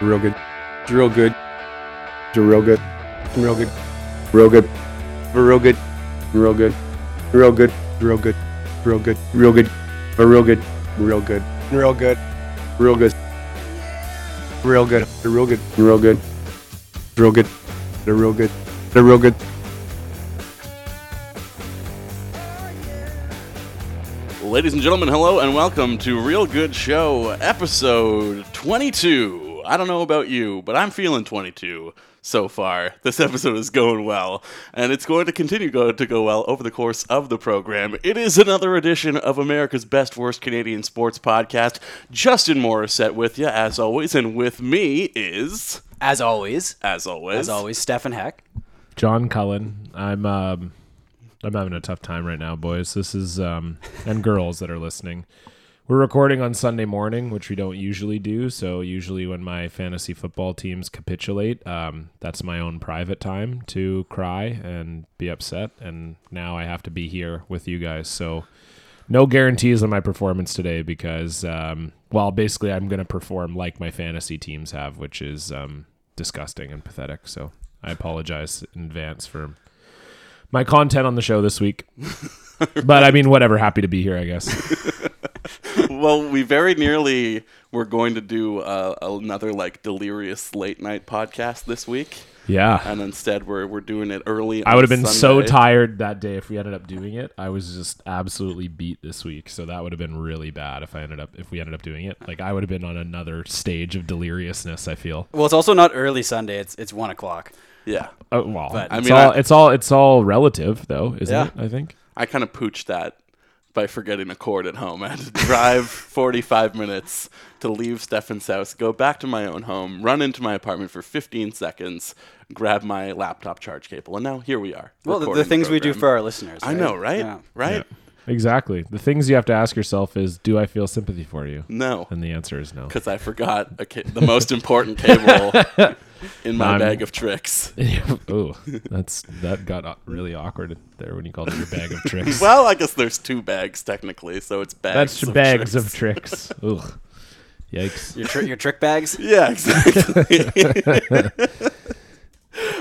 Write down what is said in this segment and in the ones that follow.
Real good. It's real good. It's real good. It's real good. Real good. Real good. Real good. Real good. Real good. Real good. Real good. Real good. Real good. Real good. Real good. Real good. Real good. Real good. Real good. Real good. Real good. Ladies and gentlemen, hello and welcome to Real Good Show, episode 22. I don't know about you, but I'm feeling 22 so far. This episode is going well, and it's going to continue go- to go well over the course of the program. It is another edition of America's Best Worst Canadian Sports Podcast. Justin Morissette with you, as always, and with me is, As always, as always, as always, Stefan Heck. John Cullen. I'm um, I'm having a tough time right now, boys. This is um, and girls that are listening. We're recording on Sunday morning, which we don't usually do. So usually when my fantasy football teams capitulate, um, that's my own private time to cry and be upset. And now I have to be here with you guys. So no guarantees on my performance today because, um, well, basically I'm going to perform like my fantasy teams have, which is um, disgusting and pathetic. So I apologize in advance for my content on the show this week. but I mean, whatever. Happy to be here, I guess. well, we very nearly were going to do uh, another like delirious late night podcast this week, Yeah. and instead we're we're doing it early. I on would have been so Sunday. tired that day if we ended up doing it. I was just absolutely beat this week, so that would have been really bad if I ended up if we ended up doing it. Like I would have been on another stage of deliriousness. I feel. Well, it's also not early Sunday. It's it's one o'clock. Yeah, Oh, well, But- I it's mean, all I- it's all it's all relative, though, isn't Yeah. it? I think. I kind of pooched that by forgetting a cord at home. I had to drive 45 minutes to leave Stefan's house, go back to my own home, run into my apartment for 15 seconds, grab my laptop charge cable, and now here we are. Well, the, the recording things we do for program. our listeners. I know, right? Yeah. Right? Exactly. The things you have to ask yourself is, do I feel sympathy for you? No. And the answer is no. because I forgot a ca- the most important cable in my I'm- bag of tricks. oh, that's that got au- really awkward there when you called it your bag of tricks. Well, I guess there's two bags technically, so it's bags. that's of bags tricks. of tricks. Ugh. Yikes. Your, tri- your trick bags. Yeah, exactly.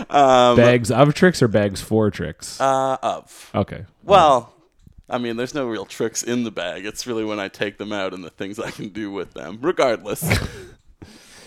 bags of tricks or bags for tricks? Um, uh, of okay. well, I mean, there's no real tricks in the bag. It's really when I take them out and the things I can do with them. Regardless,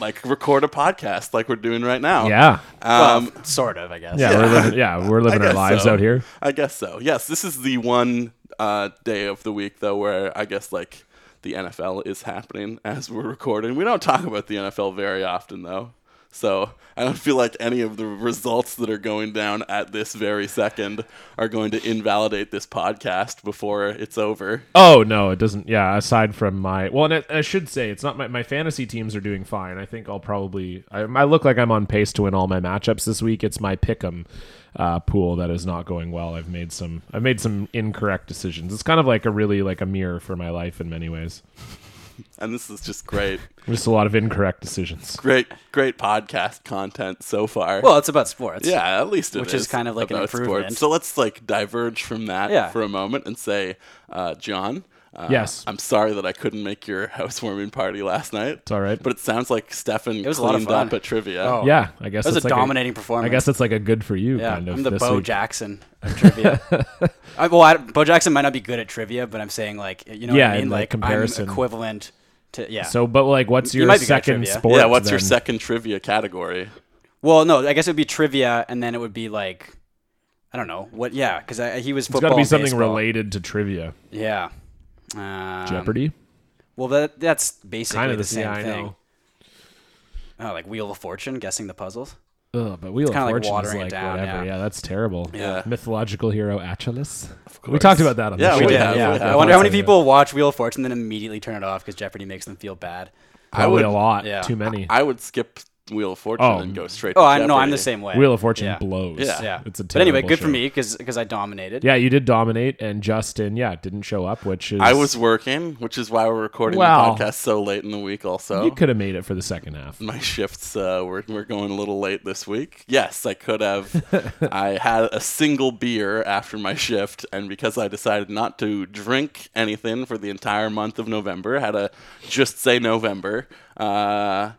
like record a podcast like we're doing right now. yeah. Um, well, sort of, I guess. yeah, We're living, yeah, we're living I our guess lives so. out here. I guess so. Yes, this is the one uh, day of the week though where I guess like the NFL is happening as we're recording. We don't talk about the NFL very often though. So I don't feel like any of the results that are going down at this very second are going to invalidate this podcast before it's over. Oh no, it doesn't. Yeah, aside from my well, and I, I should say it's not my, my fantasy teams are doing fine. I think I'll probably I, I look like I'm on pace to win all my matchups this week. It's my pick'em uh, pool that is not going well. I've made some I've made some incorrect decisions. It's kind of like a really like a mirror for my life in many ways. And this is just great, Just a lot of incorrect decisions. great, great podcast content so far. Well, it's about sports. Yeah, at least it Which is kind of like an about sports. improvement. So let's like diverge from that Yeah. for a moment and say, uh, John. Uh, Yes. I'm sorry that I couldn't make your housewarming party last night. It's all right. But it sounds like Stefan was a lot of cleaned fun. up at trivia. Oh. Yeah, I guess That was it's a like dominating performance. I guess it's like a good for you Yeah, kind of. I'm the this Bo week. Jackson of trivia. I, well, I, Bo Jackson might not be good at trivia, but I'm saying like you know Yeah, what I mean. in, like, I'm comparison. equivalent to yeah. So, but like, what's You your might be good at second trivia. sport? Yeah, what's your then? second trivia category? well, no, I guess it would be trivia, and then it would be like I don't know what. Yeah, because he was It's football. got to be and something baseball. related to trivia. Yeah. Um, Jeopardy, Well, that that's basically kind of the, the same yeah, I thing. know. Oh, like Wheel of Fortune, guessing the puzzles. Ugh, but Wheel of kinda like Fortune is watering it like down, whatever. yeah. Yeah. that's terrible. Yeah. Mythological hero Achilles. We course. talked about that on Oh, Yeah, the we show. did, Yeah, yeah. I wonder how many people watch Wheel of Fortune and then immediately turn it off because Jeopardy makes them feel bad. Probably would- a lot. yeah. Too many. I would skip Wheel of Fortune Oh. and go straight. Oh, to I know, I'm Jeopardy. the same way. Wheel of Fortune yeah. blows. Yeah. Yeah. It's a but anyway, terrible good for show. me because I dominated. Yeah, you did dominate, and Justin, yeah, didn't show up, which is I was working, which is why we're recording Wow. the podcast so late in the week. Also, You could have made it for the second half. Mm. my shifts uh, were, were going a little late this week. Yes, I could have. I had a single beer after my shift, and because I decided not to drink anything for the entire month of November, had a just say November. Uh,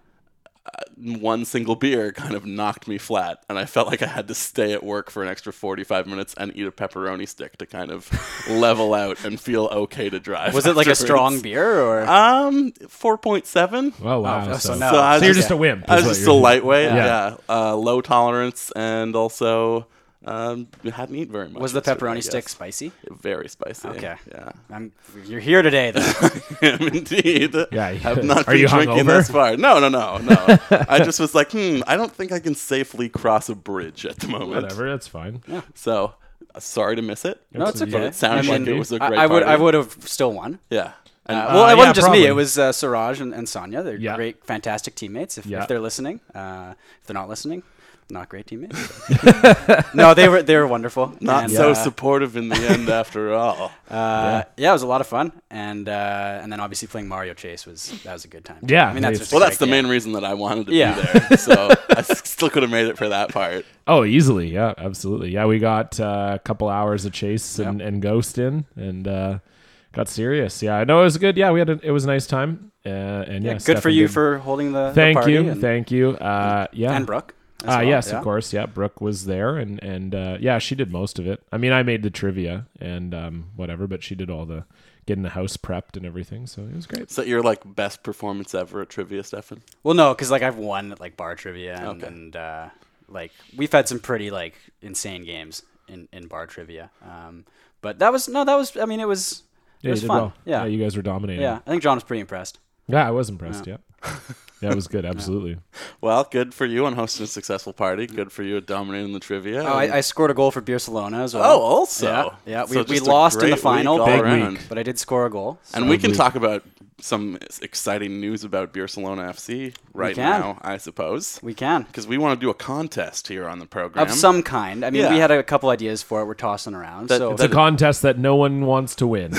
one single beer kind of knocked me flat, and I felt like I had to stay at work for an extra 45 minutes and eat a pepperoni stick to kind of level out and feel okay to drive. Was it like a afterwards. strong beer or? Um, 4.7. Oh wow! Oh, so so, no. So, I so you're was- just a wimp. I was is what just a you're- lightweight, yeah. Yeah. Uh, low tolerance, and also um, hadn't eaten very much. was the yesterday, I pepperoni guess. stick spicy? very spicy? Okay. Yeah. I'm, you're here today, though. Indeed. Yeah. I've not Are been you drinking hungover? this far. No, no, no, no. I just was like, hmm, I don't think I can safely cross a bridge at the moment. Whatever, that's fine. So uh, sorry to miss it. no, it's okay. But it sounds I like mean, it was a I- great I, would, I party. would have still won. Yeah. And Uh, well, it yeah, wasn't just me. probably. It was uh, Siraj and, and Sonia. They're Yeah. great, fantastic teammates. If, Yeah. if they're listening, uh, if they're not listening, not great teammates. no, they were they were wonderful. not And, so uh, supportive in the end after all. uh, yeah. it was a lot of fun, and uh, and then obviously playing Mario Chase was that was a good time. too. Yeah, I mean that's it's- just a Well, that's great the game. main reason that I wanted to Yeah. be there. So I s- still could have made it for that part. Oh, easily. Yeah, absolutely. Yeah, we got uh, a couple hours of chase and, and ghost in and uh, got serious. Yeah, I know it was good. Yeah, we had a, it was a nice time. Uh, and yeah, Yeah, good for Stefan you did- for holding the the Thank party you, and, thank you. Uh, yeah, and Brooke. as Uh, well, yes, yeah. of course. Yeah, Brooke was there, and and uh, yeah, she did most of it. I mean, I made the trivia and um, whatever, but she did all the getting the house prepped and everything. So it was great. Is that your like best performance ever at trivia, Stefan? Well, no, because like I've won at, like bar trivia and, Okay. and uh, like we've had some pretty like insane games in, in bar trivia. Um, but that was no, that was I mean it was it Yeah, was you did fun. well. Yeah, you guys were dominating. yeah. I think John was pretty impressed. Yeah, I was impressed. Yeah, yeah, it was good. Absolutely. Well, good for you on hosting a successful party. Good for you at dominating the trivia. Oh, I, I scored a goal for Barcelona as well. Oh, also. yeah, yeah. We, So we just a lost in great the week final, all but, around. but I did score a goal. So- And we can Probably. talk about some exciting news about Barcelona FC right can. now, I suppose. we can Because we want to do a contest here on the program. of some kind. I mean, we Yeah. had a couple ideas for it. We're tossing around. That- so It's a contest that no one wants to win,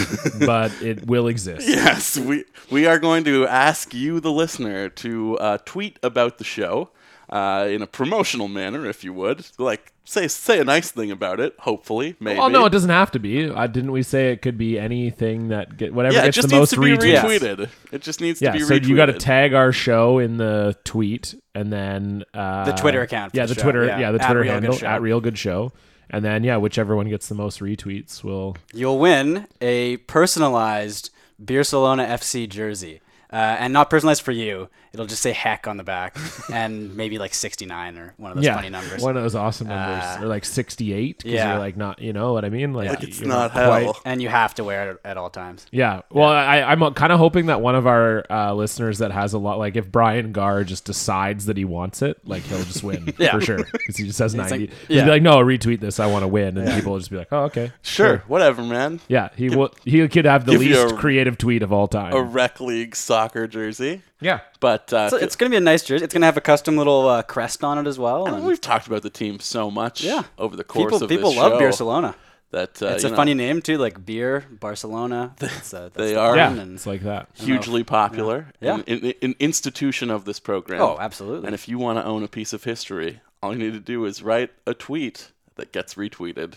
but it will exist. Yes, we we are going to ask you, the listener, to uh, tweet about the show uh, in a promotional manner, if you would. Like say say a nice thing about it. Hopefully, maybe. Well, Oh, no, it doesn't have to be. Uh, didn't we say it could be anything that get whatever yeah, it gets just the needs most to be retweets? retweeted. It just needs Yeah, to be so retweeted. you got to tag our show in the tweet, and then uh, The Twitter account for Yeah, the the, show, Twitter. yeah, Yeah, the at Twitter Real Good handle Show. at Real Good Show, and then yeah, whichever one gets the most retweets will. you'll win a personalized Barcelona FC jersey. Uh, and not personalized for you. It'll just say heck on the back and maybe like 69 or one of those yeah, funny numbers. Uh, one of those awesome numbers, or like sixty-eight. Cause yeah. you're like not, you know what I mean? Like, It's you're not quite- hell. And you have to wear it at all times. Yeah. Well, I, I'm kind of hoping that one of our uh, listeners that has a lot, like if Brian Gar just decides that he wants it, like he'll just win Yeah. for sure because he just has 90. like, He'll yeah. be like, no, retweet this. I want to win. And people will just be like, oh, okay. Sure, whatever, man. Yeah. He will. He could have the give you least a- creative tweet of all time. A rec league soccer jersey, yeah. but uh, So it's going to be a nice jersey. It's going to have a custom little uh, crest on it as well. And we've talked about the team so much Yeah. over the course people of people this love show Barcelona. That uh, It's you a know, funny name too, like beer Barcelona. That's, uh, that's they the are. pun Yeah. and- It's like that. hugely popular, Yeah. an, an, an institution of this program. Oh, absolutely. And if you want to own a piece of history, all you need to do is write a tweet that gets retweeted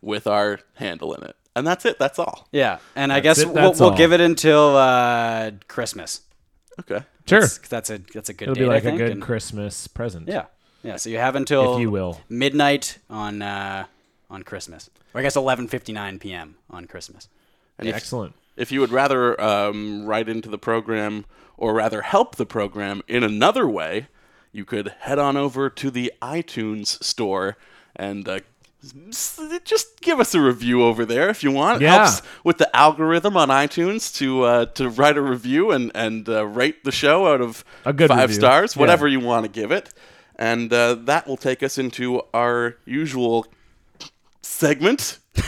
with our handle in it, and that's it. That's all. yeah, and I guess it, we'll, that's we'll all. give it until uh, Christmas. Okay. Sure. That's, that's a that's a good. It'll date, be like I a think, good and- Christmas present. Yeah, yeah. So you have until If you will. midnight on uh, on Christmas, or I guess eleven fifty nine p.m. on Christmas. And if, Excellent. if you would rather um, write into the program, or rather help the program in another way, you could head on over to the iTunes store and. Uh, s- just give us a review over there if you want. It Yeah. helps with the algorithm on iTunes to uh, to write a review and and uh, rate the show out of A good five review. stars, Yeah. whatever you want to give it, and uh, that will take us into our usual segment.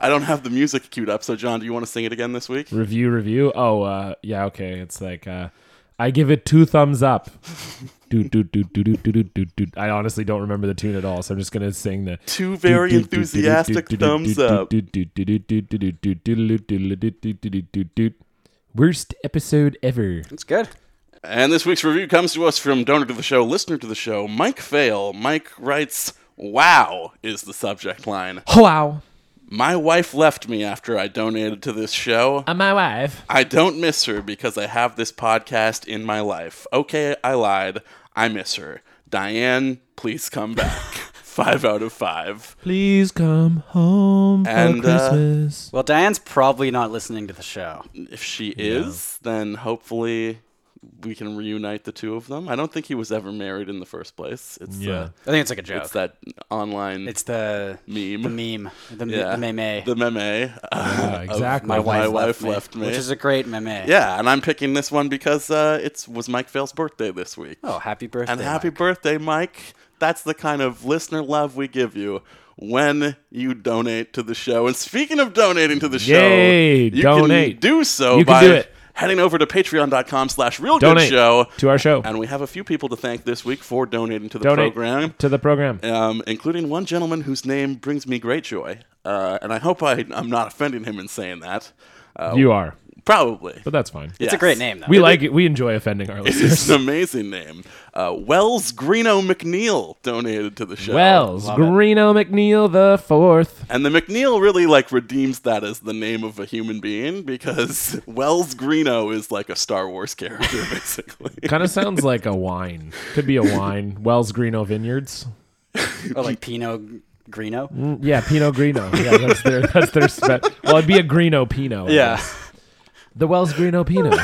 I don't have the music queued up, so John, do you want to sing it again this week? Review, review. Oh, uh, yeah. Okay. It's like, uh, I give it two thumbs up. do, do, do, do, do, do, do, do, do. I honestly don't remember the tune at all, so I'm just gonna sing the Two very enthusiastic thumbs up. Worst episode ever. It's good. And this week's review comes to us from donor to the show, listener to the show, Mike Fail. Mike writes, "Wow" is the subject line. Wow. My wife left me after I donated to this show. I'm my wife. I don't miss her because I have this podcast in my life. Okay, I lied. I miss her. Diane, please come back. five out of five. Please come home for And, uh, Christmas. Well, Diane's probably not listening to the show. If she is, then hopefully we can reunite the two of them. I don't think he was ever married in the first place. It's Yeah. uh, I think it's like a joke. it's It's, that online the the meme. meme, the, yeah. the meme. The meme. yeah, exactly. my wife, wife left, me, left me. which is a great meme. yeah, and I'm picking this one because uh, it was Mike Vale's birthday this week. Oh, happy birthday! And happy Mike. birthday, Mike. That's the kind of listener love we give you when you donate to the show. And speaking of donating to the Yay, show, you donate. can do so You can by do it. heading over to patreon.com slash real Donate good show. to our show. And we have a few people to thank this week for donating to the Donate program, to the program. um, including one gentleman whose name brings me great joy. Uh, and I hope I, I'm not offending him in saying that. you are, Probably. but that's fine. It's a great name, though. We like it. We enjoy offending our listeners. It's an amazing name. Uh, Wells Greeno McNeil donated to the show. Wells Love it. Greeno McNeil the fourth. And the McNeil really like redeems that as the name of a human being because Wells Greeno is like a Star Wars character, basically. Kind of sounds like a wine. Could be a wine. Wells Greeno Vineyards. or like Pinot Grino. Mm, Yeah, Pinot Greeno. Yeah, that's their that's their spe- Well, it'd be a Greeno Pinot. I Yeah, guess. the Wells Greeno Pinot.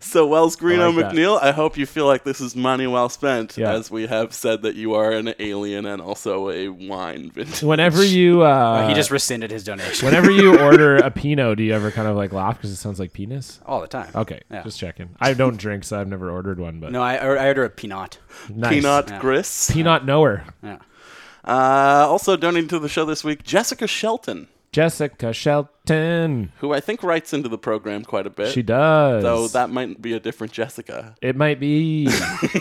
so Wells Greeno like that. McNeil, I hope you feel like this is money well spent, Yeah. as we have said that you are an alien and also a wine vintage. Whenever you uh, he just rescinded his donation whenever you order a Pinot, do you ever kind of like laugh because it sounds like penis? all the time. Okay, Yeah. just checking. I don't drink, so I've never ordered one, but No, I, I order a Pinot. nice. Peanut Yeah. Gris. Peanut knower. Yeah. Uh, also donating to the show this week, Jessica Shelton, Jessica Shelton. who I think writes into the program quite a bit. She does. Though Uh, that might be a different Jessica. It might be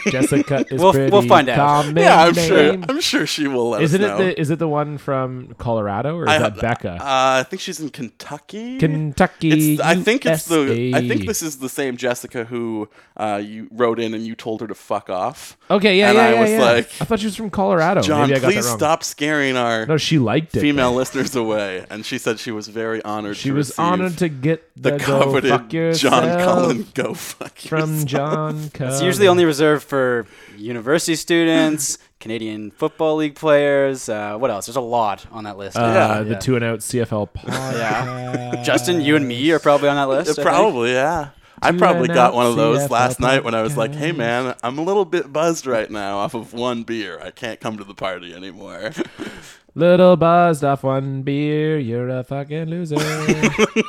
Jessica is We'll- pretty we'll find out. common Yeah, I'm sure. name. I'm sure she will let Isn't us it know. the is it the one from Colorado or is I- that Becca? Uh, I think she's in Kentucky. Kentucky. It's, I think it's the. I USA. think this is the same Jessica who uh, you wrote in and you told her to fuck off. Okay, yeah, and yeah, I yeah, was yeah. like, I thought she was from Colorado. John, Maybe I got please that wrong. stop scaring our No, she liked it. female listeners away. And she said she was very honored. She to was receive honored to get the, the coveted go fuck yourself John Cullen go fuck from yourself. John. Cullen. It's usually only reserved for university students, Canadian Football League players. Uh, what else? There's a lot on that list. uh, Yeah. the two and out CFL pod. yeah. Justin, you and me are probably on that list. I think. Probably, yeah. I Do probably I got not one of see those that last pop-up night when I was like, guy? hey, man, I'm a little bit buzzed right now off of one beer. I can't come to the party anymore. Little buzzed off one beer, you're a fucking loser.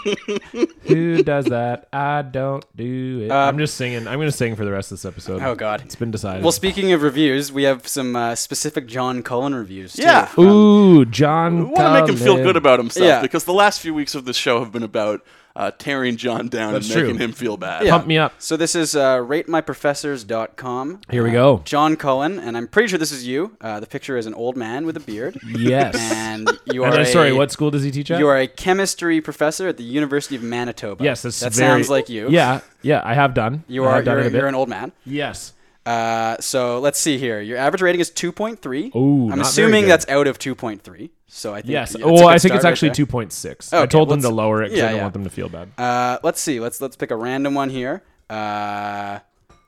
Who does that? I don't do it. I'm just singing. I'm gonna sing for the rest of this episode. Uh, Oh, God. it's been decided. Well, speaking of reviews, we have some uh, specific John Cullen reviews. Too. Um, Yeah. Ooh, John. We want to make him feel good about himself Yeah. because the last few weeks of the show have been about uh, tearing John down That's and making true. him feel bad. Pump me up. So this is uh, ratemyprofessors.com. Here we go. Uh, John Cullen, and I'm pretty sure this is you. Uh, the picture is an old man with a beard. Yes. And you And are I'm a, sorry. What school does he teach at? You are a chemistry professor at the University of Manitoba. Yes, that's that very- sounds like you. Yeah, yeah. I have done. You I are have done you're, it a bit. you're an old man. yes. Uh, so let's see here. Your average rating is 2.3. Ooh, not I'm very assuming good. that's out of 2.3. So I think Yes. yeah, that's a Well, good I think start it's right actually there. 2.6. I Okay, told them to let's- lower it because yeah, I don't yeah. want them to feel bad. Uh, let's see. Let's let's pick a random one here. Uh,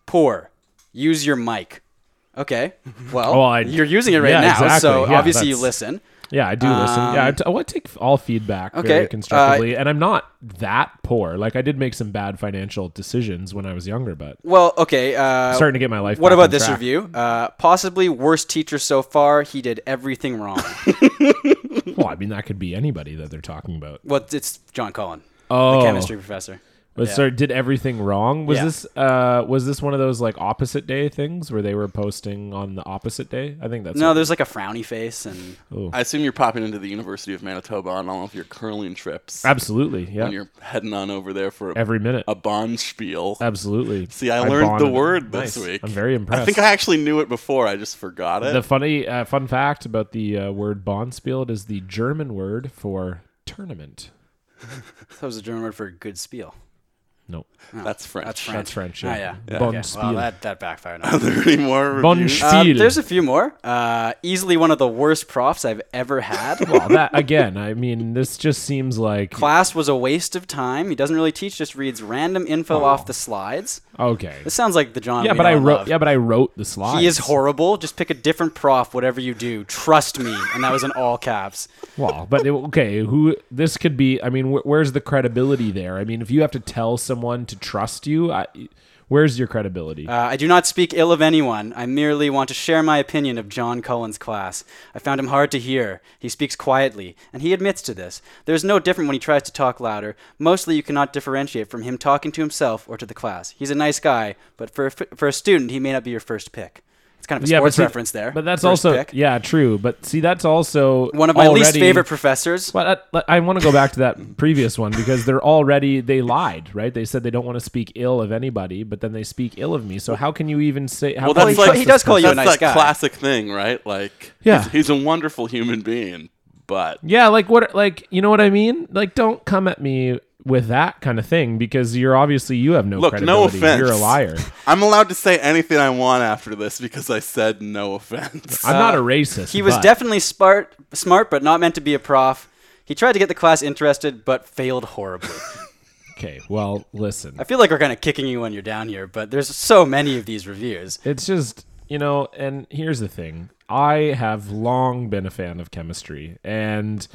poor. Use your mic. Okay. Well, Oh, I- you're using it right yeah, now, exactly. so Yeah, obviously you that's- listen. Yeah, I do listen. Um, Yeah, I, t- oh, I take all feedback Okay, very uh, constructively, and I'm not that poor. Like I did make some bad financial decisions when I was younger, but Well, okay. Uh, starting to get my life. what back about on this track. review? Uh, possibly worst teacher so far. He did everything wrong. Well, I mean that could be anybody that they're talking about. well, it's John Cullen, Oh, the chemistry professor. But yeah. sorry, did everything wrong? Was Yeah. this uh was this one of those like opposite day things where they were posting on the opposite day? I think that's No, what- there's like a frowny face, and I assume you're popping into the University of Manitoba on all of your curling trips. absolutely yeah. And you're heading on over there for a, Every minute, a bond spiel. absolutely. See, I learned the bonded. word this Nice. week. I'm very impressed. I think I actually knew it before. I just forgot it. The funny uh, fun fact about the uh, word Bonspiel is the German word for tournament. that was a German word for good spiel. Nope. That's French. That's French. That's French. Oh, yeah. Bon Okay, spiel. Well, that, that backfired. on me. Are there any more Bon reviews? sh- Uh, Feel. there's a few more. Uh, easily one of the worst profs I've ever had. Well, that again. I mean, this just seems like Class was a waste of time. He doesn't really teach; just reads random info off the slides. okay. This sounds like the John. Oh. Yeah, we but know I and wrote. love. Yeah, but I wrote the slide. He is horrible. Just pick a different prof, whatever you do. Trust me. And that was in all caps. Well, but it- okay, who this could be? I mean, wh- where's the credibility there? I mean, if you have to tell someone to trust you, I, where's your credibility? Uh, I do not speak ill of anyone. I merely want to share my opinion of John Cullen's class. I found him hard to hear. He speaks quietly, and he admits to this. There is no different when he tries to talk louder. Mostly, you cannot differentiate from him talking to himself or to the class. He's a nice guy, but for a, for a student, he may not be your first pick. It's kind of a but sports see- reference there. But that's First also pick. yeah, true. But see, that's also one of my least already- favorite professors. Well, that- like, I want to go back to that previous one because they're already they lied, right? They said they don't want to speak ill of anybody, but then they speak ill of me. So how can you even say? How Well, can that's you like- trust he this does call you person? a That's nice that guy. classic thing, right? Like, Yeah. he's, he's a wonderful human being, but Yeah, like what? Like you know what I mean? Like don't come at me with that kind of thing because you're obviously you have no Look, no credibility. offense. You're a liar. I'm allowed to say anything I want after this because I said no offense. I'm not a racist. He was but- definitely smart, smart, but not meant to be a prof. He tried to get the class interested, but failed horribly. Okay, well, listen. I feel like we're kind of kicking you when you're down here, but there's so many of these reviews. It's just, you know, and here's the thing. I have long been a fan of chemistry, and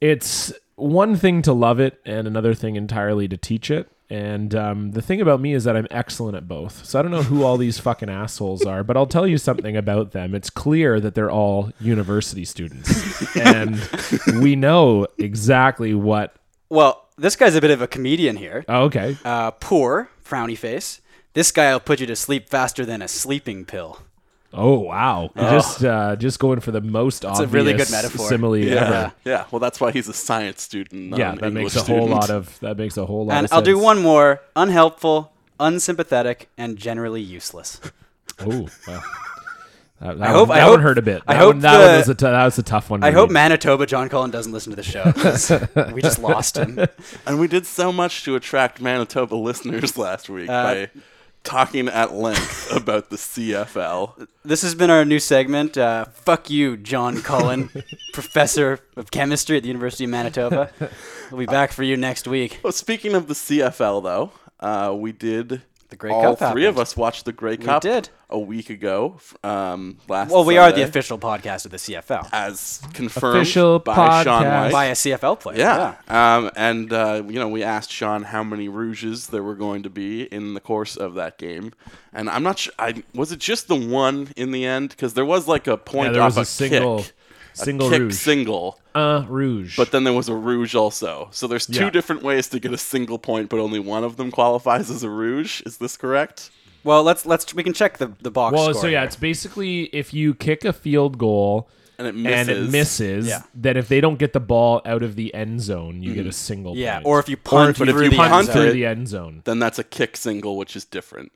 it's one thing to love it and another thing entirely to teach it. And um, the thing about me is that I'm excellent at both. So I don't know who all these fucking assholes are, but I'll tell you something about them. It's clear that they're all university students. And we know exactly what. Well, this guy's a bit of a comedian here. Oh, okay. Uh, poor, frowny face. This guy will put you to sleep faster than a sleeping pill. Oh wow! Just uh, just going for the most a obvious really good metaphor. simile ever. yeah. Well, that's why he's a science student. not Um, Yeah, an that English makes a whole student. lot of that makes a whole lot. And of I'll do sense. one more unhelpful, unsympathetic, and generally useless. Oh, wow. That, I that one, hope- I that hope- one hurt a bit. I That hope one, that one the- was a t- that was a tough one. I to hope read. Manitoba John Cullen doesn't listen to the show 'cause we just lost him. And we did so much to attract Manitoba listeners last week by talking at length about the CFL. This has been our new segment. Uh, fuck you, John Cullen, professor of chemistry at the University of Manitoba. We'll be back for you next week. Well, speaking of the CFL, though, uh, we did the Grey all Cup three of happened. us watched the Grey Cup. did. a week ago. f- Um, last Well, we are the Sunday, official podcast of the CFL. as confirmed Official by Sean podcast. White. by a CFL player. Yeah. Um, and, uh, you know, we asked Sean how many rouges there were going to be in the course of that game. And I'm not sure. I, was it just the one in the end? Because there was like a point Yeah, there off was a single, kick. A single kick rouge. single, uh, rouge. but then there was a rouge also. So there's two Yeah. different ways to get a single point, but only one of them qualifies as a rouge. Is this correct? Well, let's let's we can check the the box well, score. so yeah, here. it's basically if you kick a field goal And it and it misses. misses, Yeah. Mm-hmm. then if they don't get the ball out of the end zone, you get a single. yeah, point. or if you punt but if through you the punt end punt zone. through it- the end zone. Then that's a kick single, which is different.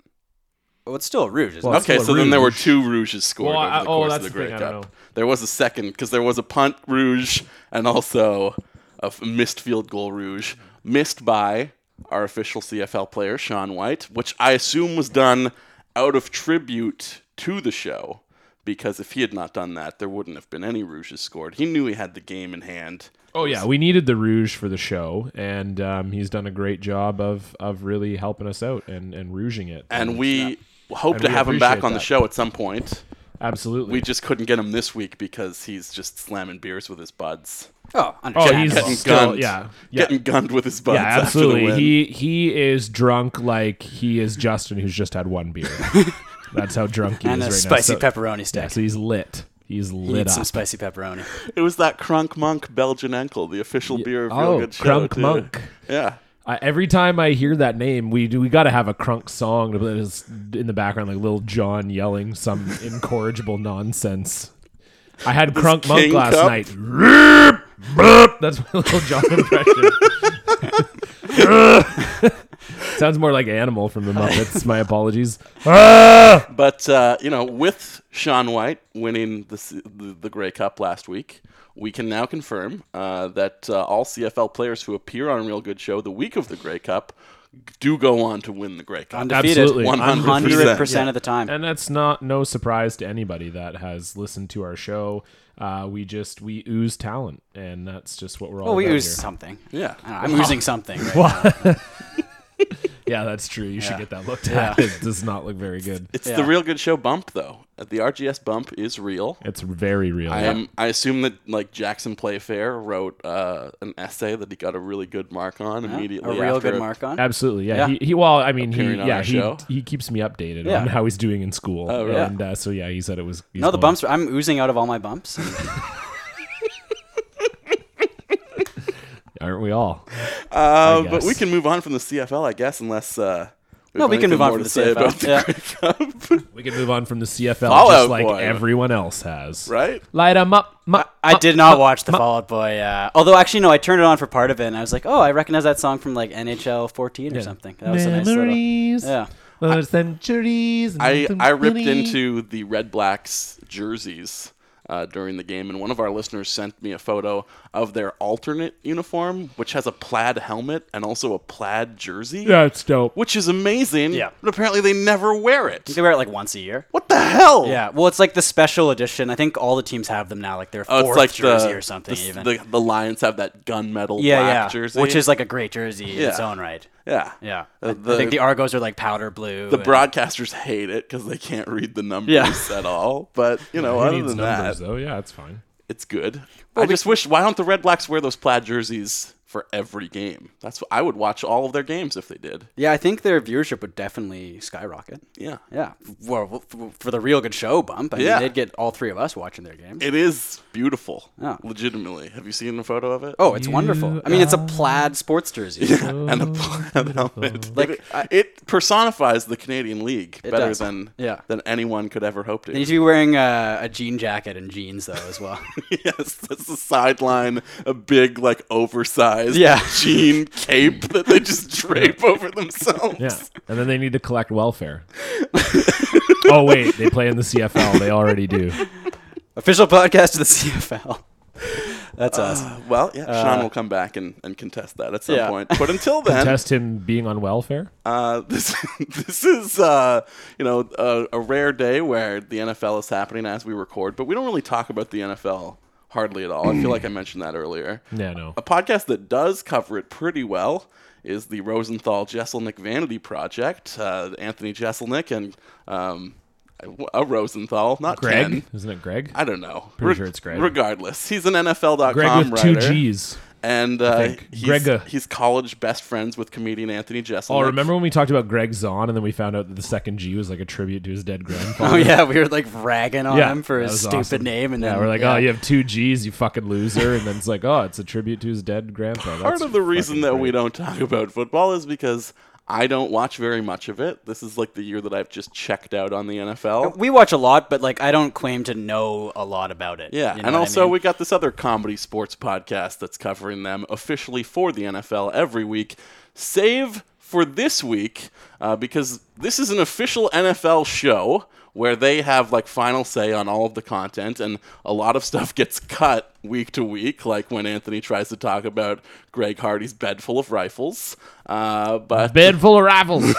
Well, it's still a rouge. Isn't Well, it? Okay, Well, so then there were Rouge. two rouges scored Well, over I- the oh, course of that's the the Grey thing, I Cup. don't know. There was a second because there was a punt rouge and also a f- missed field goal rouge missed by our official CFL player Sean White, which I assume was done out of tribute to the show because if he had not done that, there wouldn't have been any rouges scored. He knew he had the game in hand. Oh yeah, we needed the rouge for the show, and um, he's done a great job of of really helping us out and and rouging it. And we hope And to we have him back appreciate on the that. show at some point. absolutely, We just couldn't get him this week because he's just slamming beers with his buds. Oh, oh understandable. he's getting still, gunned. yeah yeah Getting gunned with his buds. yeah after uh, the absolutely. win. He he is drunk like he is Justin, who's just had one beer. That's how drunk he and is a right spicy now. So- pepperoni Yeah, stick. so he's lit. He's He lit needs some up. spicy pepperoni. It was that Crunk Monk Belgian Ankle, the official beer of Real oh, Good Show. Crunk too. Monk. Yeah. I, every time I hear that name, we do, we got to have a crunk song that is in the background, like Little John yelling some incorrigible nonsense. I had crunk monk King last Cup? night. Rip, burp. That's my Little John impression. Sounds more like animal from the Muppets. My apologies. But, uh, you know, with Sean White winning the, C- the, the Grey Cup last week, we can now confirm uh, that uh, all CFL players who appear on Real Good Show the week of the Grey Cup do go on to win the Grey Cup. Undefeated. Absolutely. 100%. 100% of the time. and that's not no surprise to anybody that has listened to our show. Uh, we just we ooze talent, and that's just what we're all. Well, we about ooze here. something. Yeah. I Ah, don't know, I'm oozing something. Right now. Yeah, that's true. You should Yeah. get that looked at. It does not look very good. It's Yeah. the real good show bump though. Uh, The RGS bump is real. It's very real. I am. I assume that like Jackson Playfair wrote uh, an essay that he got a really good mark on A immediately. real after good mark on. Absolutely, yeah. Yeah. He, he, well, I mean, he, Appearing on yeah, our he, show. he keeps me updated Yeah. on how he's doing in school. Oh, really? And uh, so, yeah, he said it was. he's No, the going- bumps. I'm oozing out of all my bumps. aren't we all? Uh, I but we guess. can move on from the CFL, I guess, unless. Uh, we No, have we anything can move on more to from the say about CFL. Yeah. We can move on from the CFL, Fallout just like Boy. everyone else has. Right? Light 'em up. mu- I mu- did not watch the Fall Out Boy. Uh, although, actually, no, I turned it on for part of it, and I was like, oh, I recognize that song from like NHL 14 or something. That was a nice little. Memories. Yeah. for centuries. I, I ripped Really? into the Red Blacks jerseys uh, during the game, and one of our listeners sent me a photo of their alternate uniform, which has a plaid helmet and also a plaid jersey, Yeah, it's dope. which is amazing. Yeah. But apparently they never wear it. They wear it like once a year. What the hell? Yeah, well, it's like the special edition. I think all the teams have them now, like their Oh, it's fourth like jersey the, or something. the, even The, the Lions have that gunmetal yeah, black yeah, jersey, which is like a great jersey in its Yeah. own right. yeah, Yeah, Uh, I- I think the Argos are like powder blue. The and- broadcasters hate it because they can't read the numbers Yeah. at all. But you know, Who other needs than numbers, that, though? Yeah, it's fine. it's good. I just wish. Why don't the Red Blacks wear those plaid jerseys for every game? That's what I would watch all of their games if they did. Yeah, I think their viewership would definitely skyrocket. Yeah, Yeah, well, f- for the real good show bump, I mean, Yeah. they'd get all three of us watching their games. it is beautiful. Yeah. Legitimately, have you seen a photo of it? oh, it's wonderful. You I mean, it's a plaid sports jersey. and a plaid helmet. Like, it, I- it personifies the Canadian League better does. than Yeah. than anyone could ever hope to. They need to be wearing uh, a jean jacket and jeans though as well. yes, that's the sideline, a big like oversized Yeah. jean cape that they just drape over themselves. Yeah, and then they need to collect welfare. oh wait, they play in the CFL. They already do. Official podcast of the CFL. That's us. Well, yeah, Sean will come back and, and contest that at some Yeah. point. But until then, Test him being on welfare. uh, this this is uh, you know a, a rare day where the NFL is happening as we record, but we don't really talk about the NFL hardly at all. I feel like I mentioned that earlier. Yeah, no. A podcast that does cover it pretty well is the Rosenthal Jesselnick Vanity Project. Uh, Anthony Jesselnick and um, a Rosenthal, not Greg, Ken. isn't it Greg? I don't know. Pretty Re- sure it's Greg. Regardless, he's an NFL.com Greg with two writer. G's. and uh, think. he's, Grega. he's college best friends with comedian Anthony Jeselnik. Oh, remember when we talked about Greg Zahn and then we found out that the second G was like a tribute to his dead grandfather? Oh yeah, we were like ragging on Yeah, him for that his was stupid awesome. name, and Yeah, then we're like, oh, you have two G's, you fucking loser. And then it's like, oh, it's a tribute to his dead grandfather. Part That's of the reason fucking that great. we don't talk about football is because I don't watch very much of it. This is like the year that I've just checked out on the NFL. We watch a lot, but like I don't claim to know a lot about it. Yeah, You know and what I also mean? we got this other comedy sports podcast that's covering them officially for the NFL every week, save for this week uh, because this is an official NFL show where they have like final say on all of the content, and a lot of stuff gets cut week to week, like when Anthony tries to talk about Greg Hardy's bed full of rifles. Uh, but Bed full of rifles.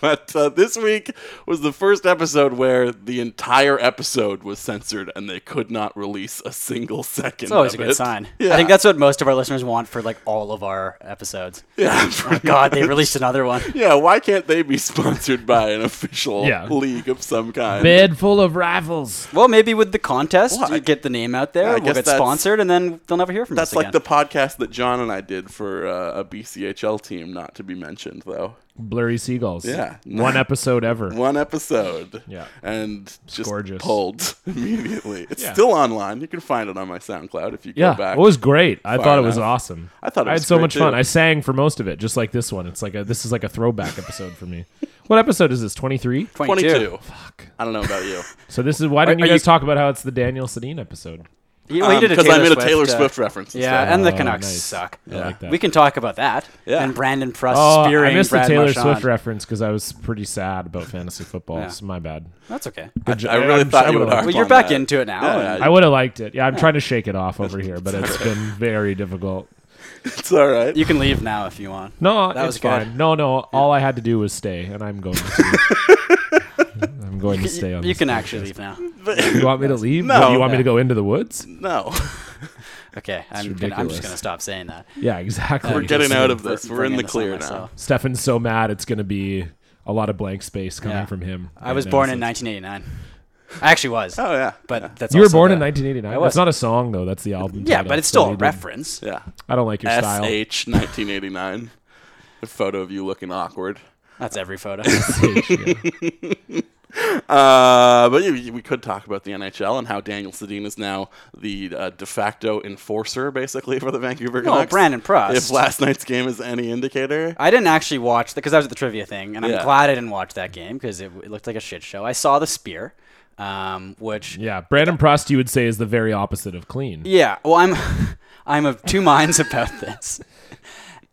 but uh, this week was the first episode where the entire episode was censored and they could not release a single second. it's always of a good it. sign. Yeah. I think that's what most of our listeners want for like all of our episodes. yeah. God, they released another one. yeah. Why can't they be sponsored by an official Yeah. league of some kind? Bed full of rifles. Well, maybe with the contest, Well, I- you get the name out there. I we'll guess get that's- sponsored, and then they'll never hear from That's us like again. the podcast that John and I did for uh, a BCHL team, not to be mentioned though. Blurry seagulls. Yeah. One episode ever. One episode. Yeah. And just gorgeous. pulled immediately. It's Yeah. still online. You can find it on my SoundCloud if you Yeah, go back. it was great. I thought it was enough. awesome. I thought it I was had so great, much fun. too. I sang for most of it, just like this one. It's like a this is like a throwback episode for me. What episode is this? Twenty three. 22. 22. Fuck. I don't know about you. So this is why didn't are you guys you- talk about how it's the Daniel Sedin episode? He- well, he did a Because Um, I Taylor made a Swift, Taylor uh, Swift reference. Yeah, and the Oh, Canucks nice. suck. I like that. We can talk about that. Yeah. And Brandon Pruss Oh, spearing I missed Brad the Taylor Marchand. Swift reference because I was pretty sad about fantasy football. Yeah. So my bad. That's okay. Good I really thought you would would've harp Well, liked- you're on back that. into it now. Yeah, and- yeah, I would have liked it. Yeah, I'm trying to shake it off over here, but it's been very difficult. It's all right. You can leave now if you want. No, That it's was good. fine. No, no. All I had to do was stay, and I'm going. to I'm going to stay on. you this can podcast. actually leave now. You want me to leave? No. What, you want me to go into the woods? No, Okay, I'm, gonna, I'm just ridiculous. going to stop saying that. Yeah, exactly. we're getting out of this. Br- We're in bringing the this on clear now. myself. Stefan's so mad. It's going to be a lot of blank space coming Yeah. from him. I right was now, born so in it's- 1989. I actually was. Oh yeah, But that's You were also born the- in 1989. was. That's not a song though. That's the album. Yeah, title, but it's so still they a didn't- reference. yeah. I don't like your style. SH 1989. A photo of you looking awkward. That's every photo. yeah. Uh, but you- we could talk about the NHL and how Daniel Sedin is now the uh, de facto enforcer, basically, for the Vancouver No, Canucks. Brandon Prost. If last night's game is any indicator, I didn't actually watch because I was at the trivia thing, and Yeah. I'm glad I didn't watch that game because it, it looked like a shit show. I saw the spear, um, which Yeah, Brandon Prost, you would say, is the very opposite of clean. Yeah. Well, I'm I'm of two minds about this,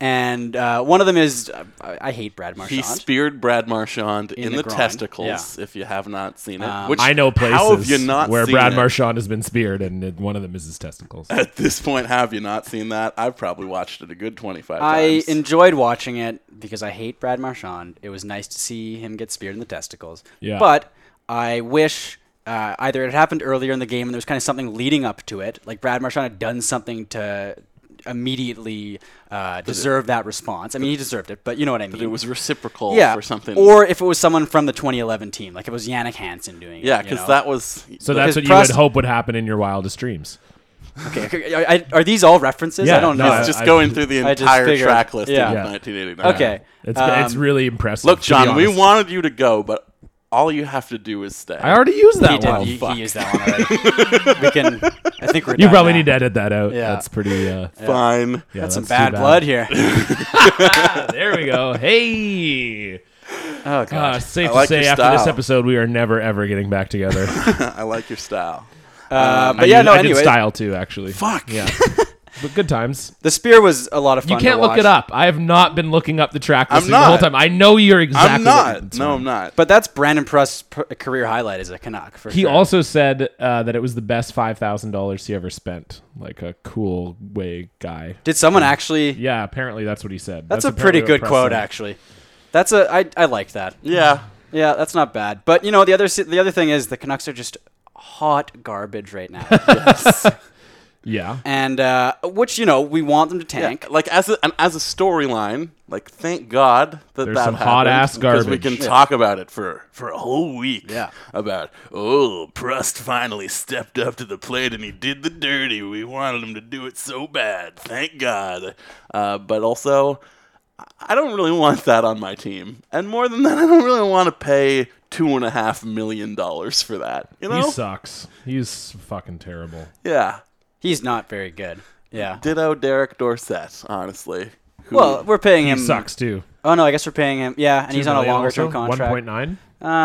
and uh, one of them is uh, I, I hate Brad he Marchand. speared Brad Marchand in, the the, groin, testicles. yeah. If you have not seen it, Um, which I know places How have you not where seen Brad it? Uh, Marchand has been speared, and it- one of them is his testicles. At this point, have you not seen that? I've probably watched it a good twenty-five I times. enjoyed watching it because I hate Brad Marchand. It was nice to see him get speared in the testicles. Yeah. But I wish uh, either it happened earlier in the game and there was kind of something leading up to it, like Brad Marchand had done something to immediately uh, deserve that response. I mean, he deserved it, but you know what I mean. it was reciprocal yeah, for something. Or if it was someone from the 2011 team, like if it was Yannick Hansen doing yeah, it. you because know? that was So that's Because what you Prost- would hope would happen in your wildest dreams. Okay, okay, I, I- are these all references? I Yeah, don't no, know. I- it's just uh, I- going through the I just entire figured- track list yeah. of Yeah. 1989. okay. It's it's Um, really impressive. Look, to be John, we honest. wanted you to go, but all you have to do is stay. I already used he that did. one. He, he used that one already. we can. I think we're. You done probably now. need to edit that out. Yeah. That's pretty. Uh, yeah, Fine. That's, some too bad, blood here. Oh, there we go. Hey, Oh god. uh, safe I like to say your after this style. episode, we are never ever getting back together. I like your style. Uh, Um, I but yeah, did- no. I did Anyway, style too, actually. Fuck. Yeah, but good times. the spear was a lot of fun. You to can't look watch. it up. I have not been looking up the track I'm listing the whole not. time. I know you're exactly. I'm what- not. it's No, fine. I'm not. But that's Brandon Prust's pr- career highlight as a Canuck for He sure. also said uh, that it was the best five thousand dollars he ever spent. Like a cool way guy. did. Someone actually. Yeah, apparently that's what he said. that's, a pretty apparently good what Press quote, said. actually. That's a. I I like that. yeah. Yeah, that's not bad. But you know, the other si- the other thing is the Canucks are just hot garbage right now, Yeah, and uh, which you know we want them to tank. Like as a and as a storyline, like thank God that There's that some happened, hot-ass because we garbage. can Yeah. talk about it for for a whole week. Yeah. About oh, Prust finally stepped up to the plate and he did the dirty. We wanted him to do it so bad. Thank God. Uh, but also, I don't really want that on my team. And more than that, I don't really want to pay two and a half million dollars for that. You he know? sucks. He's fucking terrible. Yeah. He's not very good. Yeah. Ditto Derek Dorsett, honestly. who- Well, we're paying He him. sucks too. Oh no, I guess we're paying him. Yeah, and he's on a longer term One point contract. nine.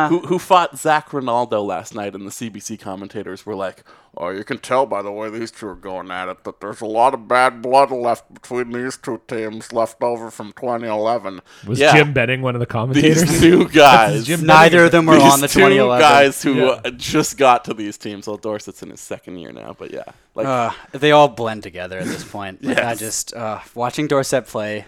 who, who fought Zach Ronaldo last night, and the CBC commentators were like, Oh, you can tell by the way these two are going at it that there's a lot of bad blood left between these two teams left over from 2011. Was Yeah. Jim Benning one of the commentators? these two guys. Jim Neither of them were these on the two 2011. guys who Yeah. uh, just got to these teams. Well, Dorsett's in his second year now, but yeah, like Uh, they all blend together at this point. Like, I Yes. just uh, watching Dorset play,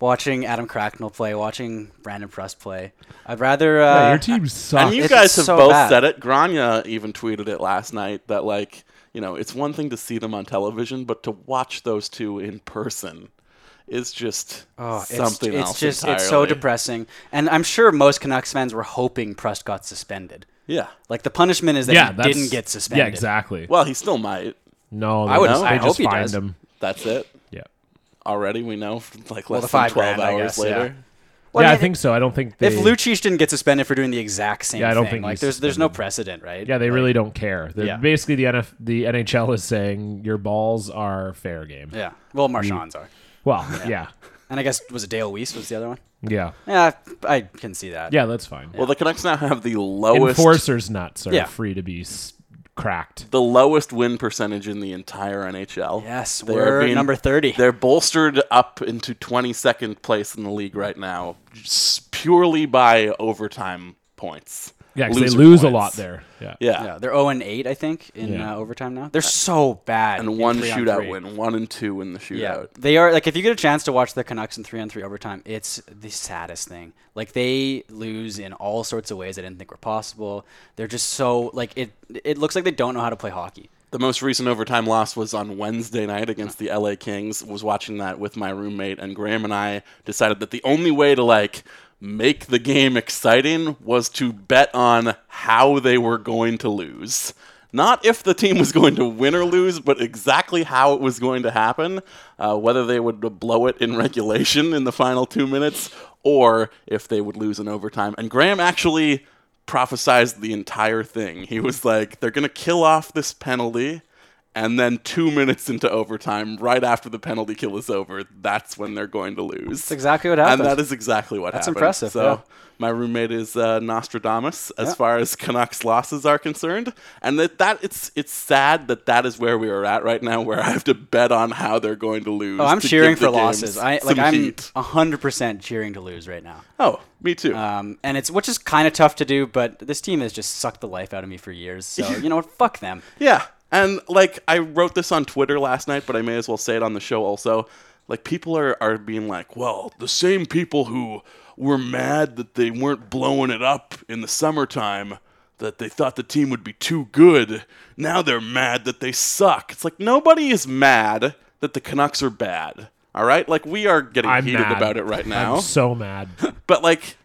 watching Adam Cracknell play, watching Brandon Prust play. I'd rather. Uh, Yeah, your team sucks. and you it's guys have so both bad. said it. Grania even tweeted it last night that like you know it's one thing to see them on television, but to watch those two in person is just Oh, it's, something it's else just entirely. it's so depressing, and I'm sure most Canucks fans were hoping Prust got suspended. Yeah. Like the punishment is that yeah, he that's- didn't get suspended. Yeah, exactly. Well, he still might. no, I would- no, I they hope just he find does. him. That's it. Yeah, Already, we know from, like Well, less the than five twelve grand, I hours guess, later. yeah. Well, yeah, I I mean, think so. I don't think they, If Lucic didn't get suspended for doing the exact same Yeah, I don't thing, think like he's there's there's no precedent, right? Yeah, they Like, really don't care. They're Yeah. basically the NF, the NHL is saying your balls are fair game. Yeah. Well, Marchand's Mm. are, Well, yeah. and I guess was it Dale Weiss was the other one? Yeah. Yeah, I can see that. Yeah, that's fine. Well, the Canucks now have the lowest Enforcers nuts are Yeah. free to be s- cracked. the lowest win percentage in the entire NHL. Yes, They are we're being- number thirty. They're bolstered up into 22nd place in the league right now, just purely by overtime points. Yeah, 'cause they loser lose a points. lot there. Yeah. Yeah. Yeah, they're 0 and 8, I think, in Yeah. uh, overtime now. They're so bad. in And one three on shootout three. win, one and two in the shootout. Yeah, they are like if you get a chance to watch the Canucks in three on three overtime, it's the saddest thing. Like they lose in all sorts of ways I didn't think were possible. They're just so like it. It looks like they don't know how to play hockey. The most recent overtime loss was on Wednesday night against the LA Kings. Was watching that with my roommate and Graham and I decided that the only way to like make the game exciting was to bet on how they were going to lose. Not if the team was going to win or lose, but exactly how it was going to happen, uh, whether they would blow it in regulation in the final two minutes or if they would lose in overtime. And Graham actually prophesized the entire thing. He was like, they're going to kill off this penalty. And then two minutes into overtime, right after the penalty kill is over, that's when they're going to lose. That's exactly what happened. And that is exactly what happened. impressive, So yeah. my roommate is uh, Nostradamus as Yeah. far as Canucks losses are concerned, and that, that it's it's sad that that is where we are at right now, where I have to bet on how they're going to lose. Oh, I'm to cheering give the for games losses. I some like I'm heat. hundred percent cheering to lose right now. Oh, me too. Um, and it's which is kind of tough to do, but this team has just sucked the life out of me for years. So you know what? Fuck them. Yeah. And like I wrote this on Twitter last night, but I may as well say it on the show also. Like people are, are being like, well, the same people who were mad that they weren't blowing it up in the summertime, that they thought the team would be too good, now they're mad that they suck. It's like nobody is mad that the Canucks are bad. All right? Like we are getting I'm heated mad. about it right now. I'm so mad. But like,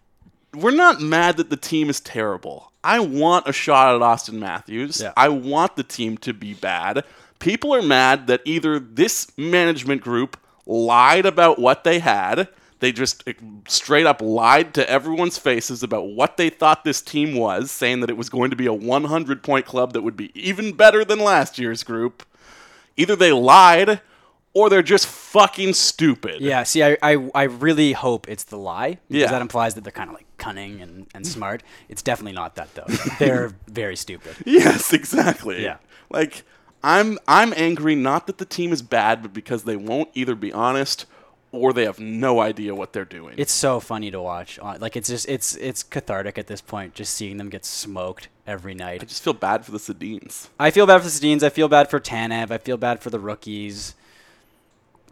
we're not mad that the team is terrible. I want a shot at Austin Matthews. Yeah. I want the team to be bad. People are mad that either this management group lied about what they had. They just eh, straight up lied to everyone's faces about what they thought this team was, saying that it was going to be a 100 point club that would be even better than last year's group. Either they lied or they're just fucking stupid. Yeah, see, I, I, I really hope it's the lie because Yeah. that implies that they're kind of like cunning and, and smart. It's definitely not that though. they're very stupid. Yes, exactly. Yeah. Like I'm I'm angry not that the team is bad, but because they won't either be honest or they have no idea what they're doing. It's so funny to watch. Uh, Like it's just it's it's cathartic at this point, just seeing them get smoked every I night. just feel bad for the Sedines. I feel bad for the Sedins. I feel bad for Tanev. I feel bad for the rookies.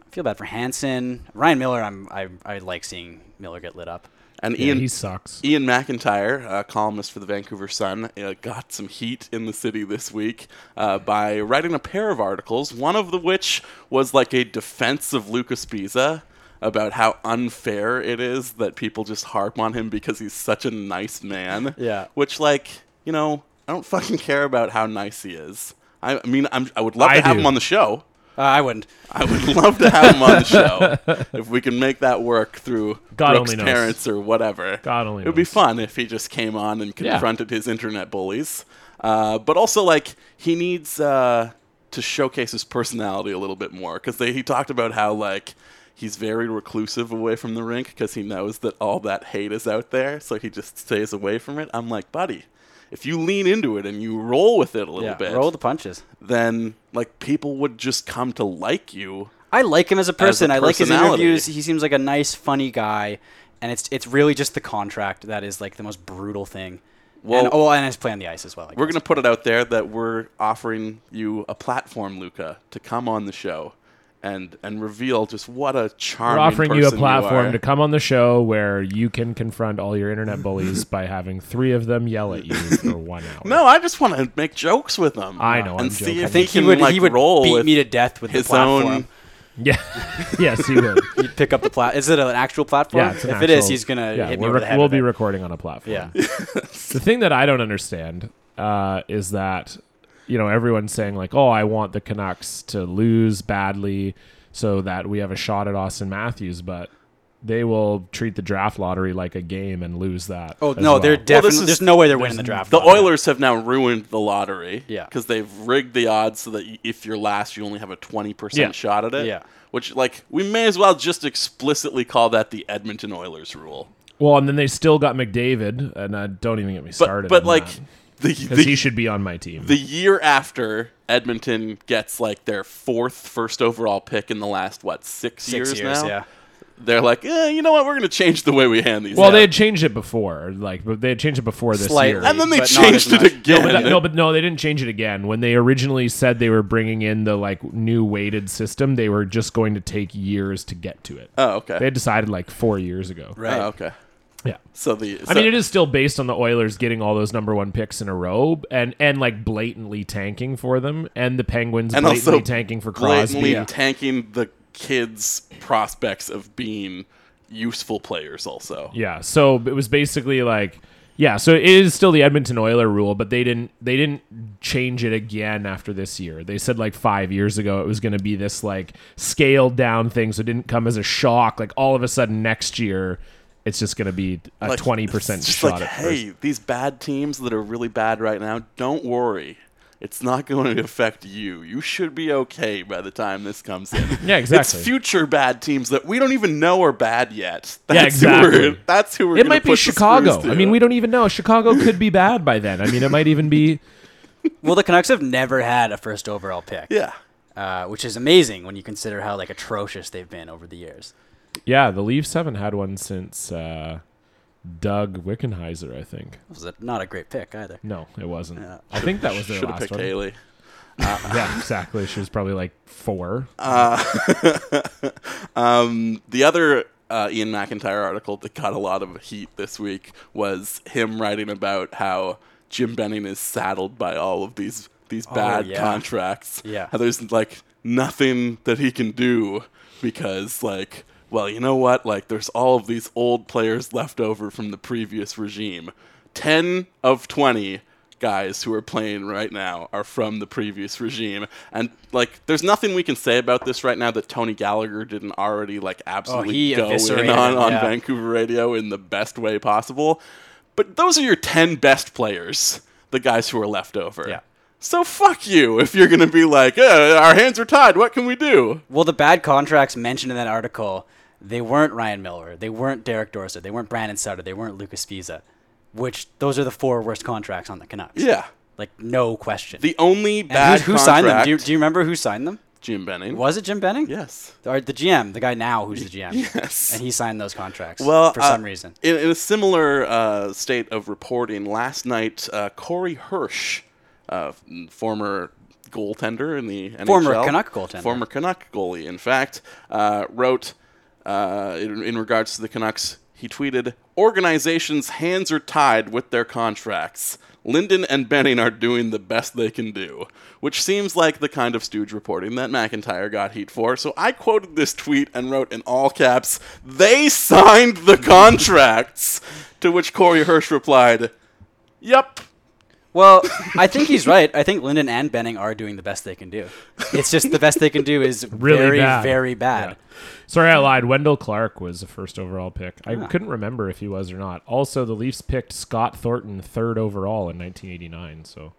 I feel bad for Hanson. Ryan Miller. I'm I I like seeing Miller get lit up. And Yeah, Ian he sucks. Ian McIntyre, uh, columnist for the Vancouver Sun, uh, got some heat in the city this week uh, by writing a pair of articles, one of the which was like a defense of Lucas Pisa about how unfair it is that people just harp on him because he's such a nice man. Yeah. Which, like, you know, I don't fucking care about how nice he is. I I mean, I'm, I would love I to have do. him on the show. Uh, I wouldn't. I would love to have him on the show if we can make that work through God Brooks' only knows. parents or whatever. God only It would be knows. fun if he just came on and Yeah. confronted his internet bullies. Uh, but also, like, he needs uh, to showcase his personality a little bit more because he talked about how, like, he's very reclusive away from the rink because he knows that all that hate is out there. So he just stays away from it. I'm like, buddy, if you lean into it and you roll with it a little Yeah, bit, roll the punches. then, like, people would just come to like you. I like him as a person. I like his personality. interviews. He seems like a nice, funny guy, and it's it's really just the contract that is like the most brutal thing. Well, Well- and, oh, and his play on the ice as well. I We're guess. going to put it out there that we're offering you a platform, Luca, to come on the show and and reveal just what a charming We're offering you a person platform are. to come on the show where you can confront all your internet bullies by having three of them yell at you for one hour. No, I just want to make jokes with him. I know, And I'm see joking. if I I think he he can would like he would roll beat with me to death with his the platform. own- Yeah. yes, he would. He'd pick up the plat. Is it an actual platform? Yeah, it's an if it is, actual- he's gonna yeah, hit me we're over rec- the head. We'll with be it. recording on a platform. yeah. The thing that I don't understand uh, is that you know everyone's saying like, "Oh, I want the Canucks to lose badly so that we have a shot at Austin Matthews," but they will treat the draft lottery like a game and lose that. Oh as no, well. they're definitely. is- there's no way they're winning the draft. The lottery. Oilers have now ruined the lottery. Yeah. Because they've rigged the odds so that y- if you're last, you only have a 20% Yeah. shot at it. Yeah. Which, like, we may as well just explicitly call that the Edmonton Oilers rule. well, and then they still got McDavid, and uh, don't even get me But, started. but on like, that, the, 'cause the he should be on my team. the year after Edmonton gets like their fourth first overall pick in the last what six, Six years, now, yeah. they're like, eh, you know what? We're going to change the way we hand these. Well, out. they had changed it before, like, but they had changed it before this Slightly. year. and then they but not as changed it much. again. But that- no, but no, they didn't change it again. When they originally said they were bringing in the like new weighted system, they were just going to take years to get to it. oh, okay. They had decided like four years ago. Right. Oh, okay. Yeah. So the I mean, it is still based on the Oilers getting all those number one picks in a row, and and like blatantly tanking for them, and the Penguins and blatantly also tanking for blatantly Crosby. tanking the kids' prospects of being useful players. Also, Yeah. So it was basically like yeah, so it is still the Edmonton Oiler rule, but they didn't they didn't change it again after this year. They said like 5 years ago it was going to be this like scaled down thing so it didn't come as a shock like all of a sudden next year it's just going to be a Like, 20% it's just shot like, at hey, first. these bad teams that are really bad right now, don't worry. It's not going to affect you. You should be okay by the time this comes in. Yeah, exactly. It's future bad teams that we don't even know are bad yet. That's Yeah, Who we're, exactly. that's who we're. It gonna might be put the screws Chicago. to. I mean, we don't even know. Chicago could be bad by then. I mean, it might even be Well, the Canucks have never had a first overall pick, Yeah. uh, which is amazing when you consider how like atrocious they've been over the years. Yeah, the Leafs haven't had one since uh, Doug Wickenheiser, I think. It was a, not a great pick either. No, it wasn't. I think that was their Should have last picked one. Haley. Yeah, exactly. She was probably like four. Uh, Um, the other uh, Ian McIntyre article that got a lot of heat this week was him writing about how Jim Benning is saddled by all of these these Oh, bad yeah. contracts. Yeah. How there's like nothing that he can do because like well, you know what? Like there's all of these old players left over from the previous regime. 10 of 20 guys who are playing right now are from the previous regime and like there's nothing we can say about this right now that Tony Gallagher didn't already like absolutely Oh, he go in eviscerated, on, on yeah. Vancouver radio in the best way possible but those are your 10 best players the guys who are left over Yeah. so fuck you if you're going to be like eh, our hands are tied what can we do Well, the bad contracts mentioned in that article, they weren't Ryan Miller, they weren't Derek Dorsett, they weren't Brandon Sutter, they weren't Lucas Visa, which those are the four worst contracts on the Canucks. yeah Like no question. the only bad and who, who signed them? contract- Do you, do you remember who signed them? Jim Benning Was it Jim Benning? yes Or the GM, the guy now who's the GM. yes And he signed those contracts. Well, for uh, some reason. in, in a similar uh, state of reporting, last night uh, Corey Hirsch, uh, f- former goaltender in the NHL, Former Canuck goaltender. former Canuck goalie, in fact, uh, wrote uh, in, in regards to the Canucks. He tweeted, "Organizations' hands are tied with their contracts. Linden and Benning are doing the best they can do," which seems like the kind of stooge reporting that McIntyre got heat for. So I quoted this tweet and wrote in all caps, "They signed the contracts." to which Corey Hirsch replied, "Yep." Well, I think he's right. I think Linden and Benning are doing the best they can do. It's just the best they can do is Really very, bad. very bad. Sorry, I lied. Wendell Clark was the first overall pick. I couldn't remember if he was or not. Also, the Leafs picked Scott Thornton third overall in 1989, so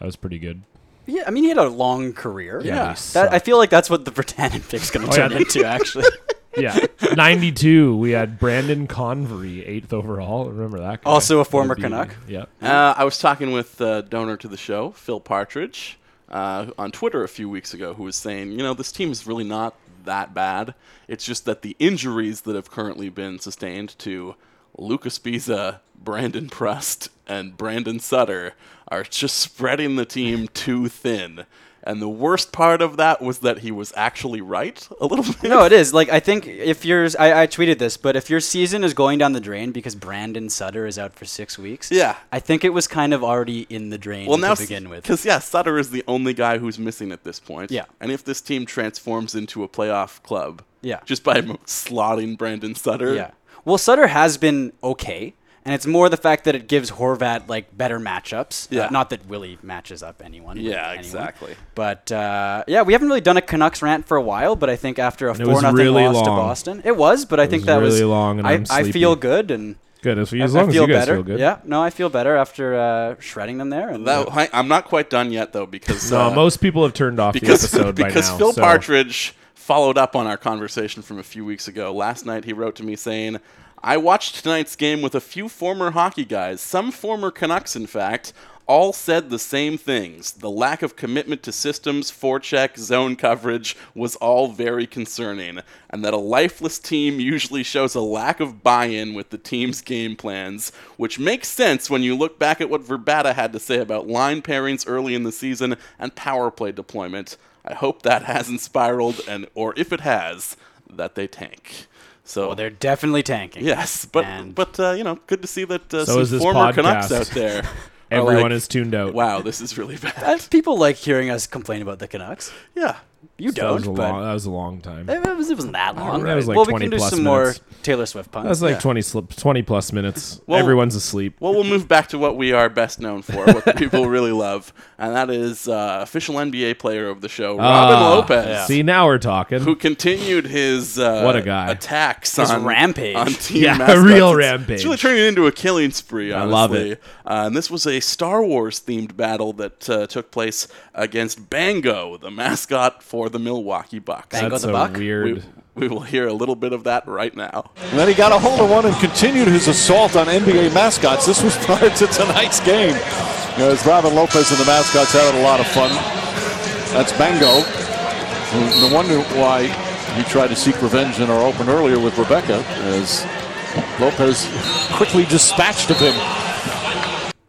that was pretty good. Yeah, I mean, he had a long career. Yeah, he that, I sucked. feel like that's what the Britannic pick's going to yeah, turn the- into, actually. Yeah, 92. We had Brandon Convery eighth overall. Remember that? Guy. Also a former What beauty. Canuck. Yeah. Uh, I was talking with uh, donor to the show, Phil Partridge, uh, on Twitter a few weeks ago, who was saying, you know, this team is really not that bad. It's just that the injuries that have currently been sustained to Lucas Biza, Brandon Prust, and Brandon Sutter are just spreading the team too thin. And the worst part of that was that he was actually right a little bit. no, it is. Like, I think if yours, I, I tweeted this, but if your season is going down the drain because Brandon Sutter is out for six weeks, Yeah. I think it was kind of already in the drain well, now to begin with. Because yeah, Sutter is the only guy who's missing at this point. Yeah. and if this team transforms into a playoff club, Yeah. just by m- slotting Brandon Sutter, Yeah. Well, Sutter has been okay, and it's more the fact that it gives Horvat like better matchups. Uh, Yeah. not that Willie matches up anyone. with Yeah, anyone. exactly. But uh, yeah, we haven't really done a Canucks rant for a while. But I think after a it four was nothing really loss to long. Boston, it was. But I think that was really long, and I, I'm I sleepy. feel good and Good. As, as I- I long as feel you guys better. feel good. Yeah. No, I feel better after uh, shredding them there. And That, I, am not quite done yet though because No, uh, most people have turned off because the episode by because now. Phil so. Partridge followed up on our conversation from a few weeks ago. Last night, he wrote to me saying, I watched tonight's game with a few former hockey guys, some former Canucks, in fact. All said the same things. The lack of commitment to systems, forecheck, zone coverage was all very concerning, and that a lifeless team usually shows a lack of buy in with the team's game plans, which makes sense when you look back at what Verbata had to say about line pairings early in the season and power play deployment. I hope that hasn't spiraled, and or if it has, that they tank. So Well, they're definitely tanking. yes, but And- but uh, you know, good to see that uh, So some is this former Canucks podcast. out there. are Everyone like, is tuned out. Wow, this is really bad. Uh, People like hearing us complain about the Canucks. Yeah, You That was don't, a but long. That was a long time. it, was, not that long. That was like well, we 20 can do plus some minutes. more Taylor Swift puns. That's like 20, slip, 20 plus minutes. Well- Everyone's asleep. Well, we'll move back to what we are best known for, what the people really love, and that is uh, official NBA player of the show, Robin Ah, Lopez, See, now we're talking. who continued his uh, What a guy. attacks His on rampage. on team Yeah, a mascots. real It's- rampage. It's really turning it into a killing spree. Honestly. love it. Uh, and this was a Star Wars themed battle that uh, took place against Bango, the mascot for the Milwaukee Bucks. Bango That's the a Buck? weird. We, we will hear a little bit of that right now. And then he got a hold of one and continued his assault on NBA mascots. This was prior to tonight's game. You know, As Robin Lopez and the mascots having a lot of fun. That's Bango. No wonder why he tried to seek revenge in our open earlier with Rebecca, as Lopez quickly dispatched of him.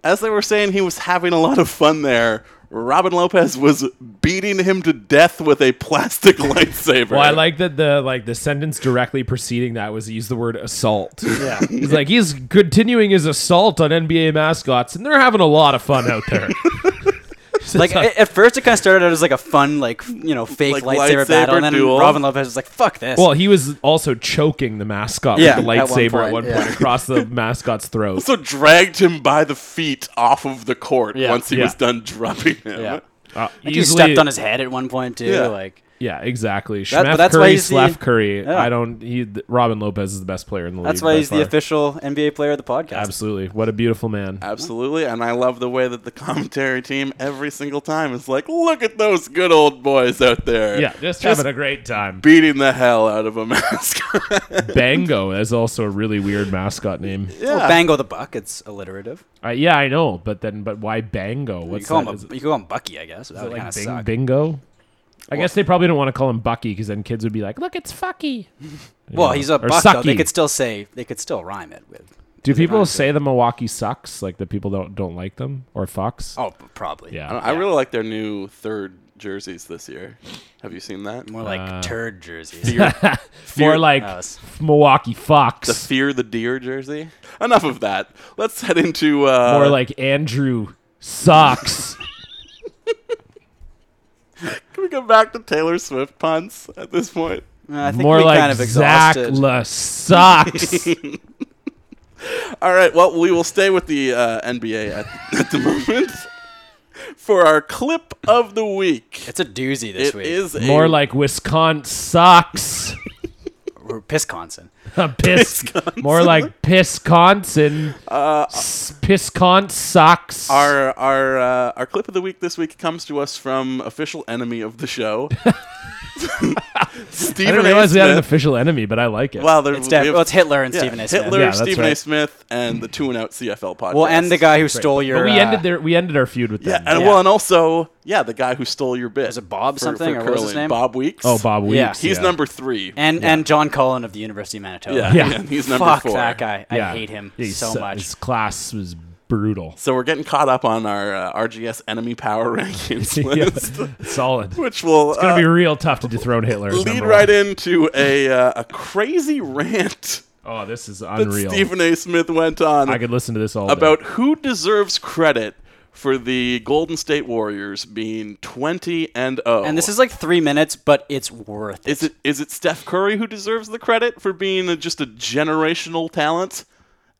as they were saying he was having a lot of fun there, Robin Lopez was beating him to death with a plastic lightsaber. Well, I like that the like the sentence directly preceding that was use the word assault. Yeah, he's like he's continuing his assault on NBA mascots, and they're having a lot of fun out there. So Like it's like- at, at first, it kind of started out as like a fun, like f- you know, fake Like lightsaber, lightsaber battle, and then duel. Robin Lopez was like, "Fuck this." well, he was also choking the mascot Yeah, with the at one lightsaber at point, one point, yeah. across the mascot's throat. also dragged him by the feet off of the court Yeah. once he Yeah. was done dropping him. yeah, Uh, he stepped on his head at one point too. Yeah. Like, Yeah, exactly. That- but Schmeff that's why Curry, he's the- Slav Curry. Yeah. I don't. He th- Robin Lopez is the best player in the league. That's why by he's the far. official NBA player of the podcast. Absolutely, what a beautiful man. Absolutely, and I love the way that the commentary team every single time is like, "Look at those good old boys out there, Yeah, just, having a great time. beating the hell out of a mascot." Bango is also a really weird mascot name. Well, Bango the Buck. It's alliterative. Uh, yeah, I know, but then, but why Bango? You What's call that? him. Is A, you call him Bucky, I guess. That it would kind like of Bing- suck. Bingo? I guess they probably don't want to call him Bucky because then kids would be like, "Look, it's Fucky." Well, he's a Or Buck. Though. They Sucky. could still say they could still rhyme it with. Do people say the Milwaukee sucks? Like the people don't don't like them or Fox? Oh, p- probably. yeah. I really like their new third jerseys this year. Have you seen that? More like Uh, turd jerseys. More like Oh, it's- Milwaukee Fox. the Fear the Deer jersey. Enough of that. Let's head into uh, More like Andrew sucks. Can we go back to Taylor Swift puns at this point? I think More we like kind of Zach exhausted. La sucks. All right. Well, we will stay with the uh, NBA at, at the moment for our clip of the week. it's a doozy this It week. is a More like Wisconsin sucks. Or Pisconsin. Piss, more like Pisconsin. Uh, Piscon sucks. our our uh, our clip of the week this week comes to us from official enemy of the show. I Stephen didn't A. realize we had an Smith. official enemy, but I like it. Wow, there, It's, def- we have- well, it's Hitler and yeah, Stephen A. Smith. Hitler, Yeah, that's Stephen A. right. Smith, and the Two and Out CFL podcast. Well, and the guy who stole your. but we uh, ended their we ended our feud with Yeah, them. and well, and also, yeah, the guy who stole your bit. Was it Bob for- something, for or what was his curling. name? Bob Weeks. oh, Bob Weeks. Yeah. He's yeah. number three. And and John Cullen of the University of Manitoba. yeah, Yeah. and he's number Fuck four. that guy. I Yeah. hate him He so su- much. His class was brutal. So we're getting caught up on our uh, RGS enemy power rankings Yeah. list, Solid. It's which will gonna be uh, real tough to dethrone Hitler. as lead number right one. into a uh, a crazy rant Oh, this is that unreal. Stephen A. Smith went on I could listen to this all about day. who deserves credit for the Golden State Warriors being twenty and oh. zero. And this is like three minutes, but it's worth it. Is it is it Steph Curry who deserves the credit for being a, just a generational talent?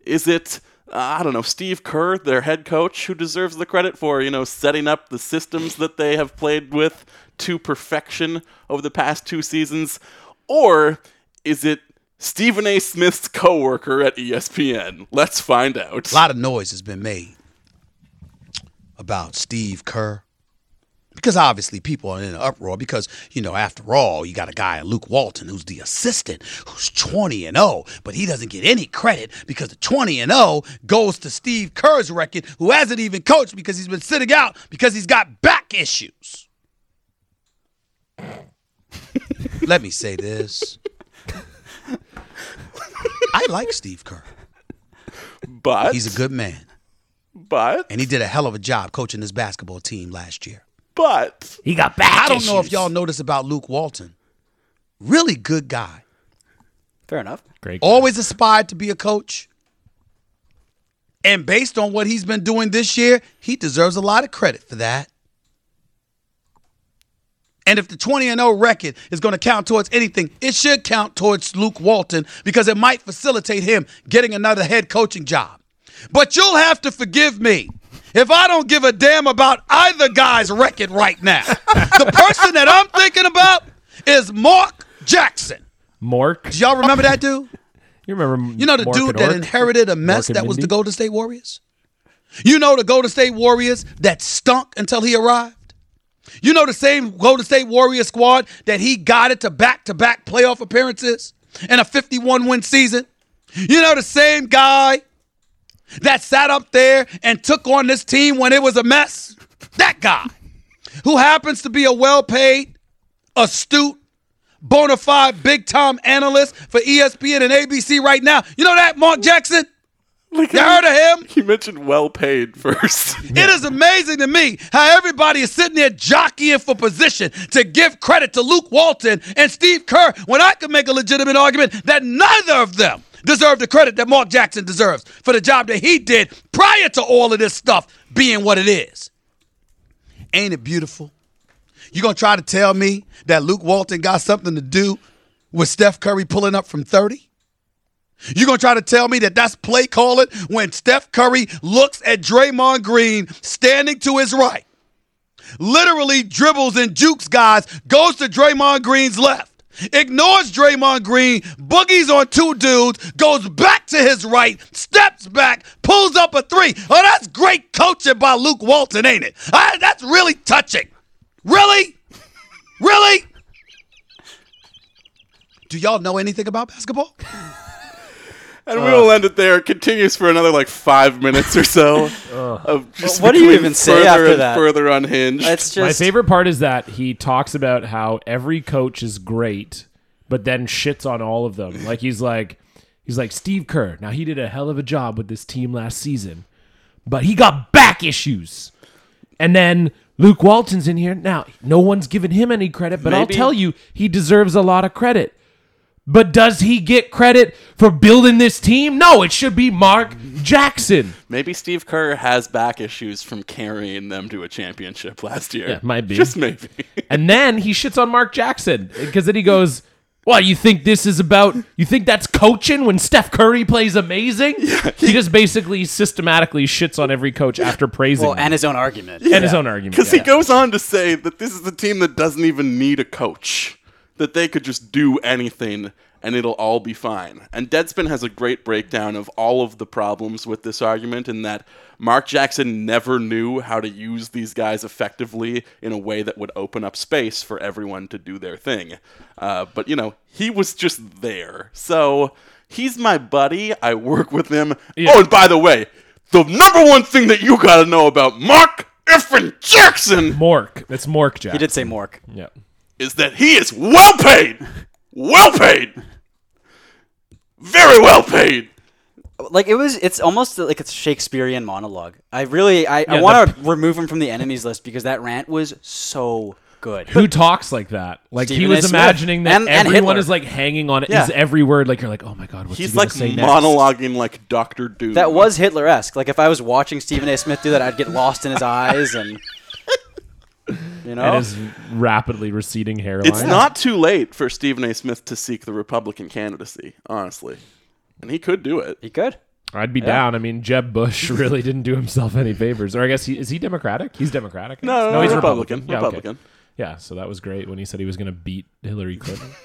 Is it uh, I don't know Steve Kerr, their head coach, who deserves the credit for you know setting up the systems that they have played with to perfection over the past two seasons, or is it Stephen A. Smith's coworker at E ESPN? Let's find out. A lot of noise has been made about Steve Kerr, because obviously people are in an uproar because you know after all you got a guy Luke Walton who's the assistant who's 20 and 0 but he doesn't get any credit because the 20 and 0 goes to Steve Kerr's record who hasn't even coached because he's been sitting out because he's got back issues let me say this I like Steve Kerr But he's a good man but and he did a hell of a job coaching this basketball team last year but He got back. I don't know if y'all notice about Luke Walton. Really good guy. Fair enough. Great. Always aspired to be a coach. And based on what he's been doing this year, he deserves a lot of credit for that. And if the 20 and 0 record is going to count towards anything, it should count towards Luke Walton because it might facilitate him getting another head coaching job. But you'll have to forgive me if I don't give a damn about either guy's record right now. the person that I'm thinking about is Mark Jackson. Mork. Do y'all remember that dude? You remember? You know the Mork dude and that Ork? inherited a mess Mork and that was the Mindy? Golden State Warriors? You know the Golden State Warriors that stunk until he arrived? You know the same Golden State Warrior squad that he guided to back to back playoff appearances and a 51 win season? You know the same guy that sat up there and took on this team when it was a mess? That guy who happens to be a well paid, astute, bona fide big time analyst for E ESPN and ABC right now. You know that, Mark Jackson? you heard of him? you mentioned well paid first. It is amazing to me how everybody is sitting there jockeying for position to give credit to Luke Walton and Steve Kerr when I can make a legitimate argument that neither of them deserve the credit that Mark Jackson deserves for the job that he did prior to all of this stuff being what it is. Ain't it beautiful? You gonna try to tell me that Luke Walton got something to do with Steph Curry pulling up from 30? You gonna try to tell me that that's play calling when Steph Curry looks at Draymond Green standing to his right, literally dribbles and jukes guys, goes to Draymond Green's left, ignores Draymond Green, boogies on two dudes, goes back to his right, steps back, pulls up a three. Oh, that's great coaching by Luke Walton, ain't it? Ah, that's really touching. Really? Really? Do y'all know anything about basketball? And Uh. we will end it there. It continues for another like five minutes or so. of just What do you becoming even say further after and that? Further unhinged. It's just My favorite part is that he talks about how every coach is great, but then shits on all of them. Like he's like, he's like Steve Kerr. Now he did a hell of a job with this team last season, but he got back issues. And then Luke Walton's in here now. No one's given him any credit, but I'll Maybe- tell you, he deserves a lot of credit. But does he get credit for building this team? No, it should be Mark Jackson. Maybe Steve Kerr has back issues from carrying them to a championship last year. Yeah, might be. Just maybe. And then he shits on Mark Jackson because then he goes, "Well, you think this is about? You think that's coaching when Steph Curry plays amazing?" he, just basically systematically shits on every coach after praising well, them. and his own argument. and his own argument. Because yeah. he goes on to say that this is a team that doesn't even need a coach, that they could just do anything and it'll all be fine. And Deadspin has a great breakdown of all of the problems with this argument in that Mark Jackson never knew how to use these guys effectively in a way that would open up space for everyone to do their thing. Uh, but, you know, he was just there. So he's my buddy. I work with him. Oh, and by the way, the number one thing that you gotta know about Mark effing Jackson Mork. That's Mork Jackson. He did say Mork. Yeah. is that he is well paid. Well paid. Very well paid. Like it was, it's almost like it's Shakespearean monologue. I really, I, I Yeah, want to remove him from the enemies list because that rant was so good. Who talks like that? Like he Stephen A. was Smith. imagining that And- and everyone Hitler. is like hanging on Yeah. his every word. Like you're like, oh my god, what's He's he gonna like say next? monologuing like Doctor Doom. That was Hitler-esque. Like if I was watching Stephen A. Smith do that, I'd get lost in his eyes and you know. And his rapidly receding hairline. It's not too late for Stephen A. Smith to seek the Republican candidacy, honestly, and he could do it. He could. I'd be down. I mean, Jeb Bush really didn't do himself any favors. Or I guess he is he Democratic? He's Democratic. I guess. No, no, no, he's Republican. Yeah, okay. Republican. Yeah, so that was great when he said he was going to beat Hillary Clinton.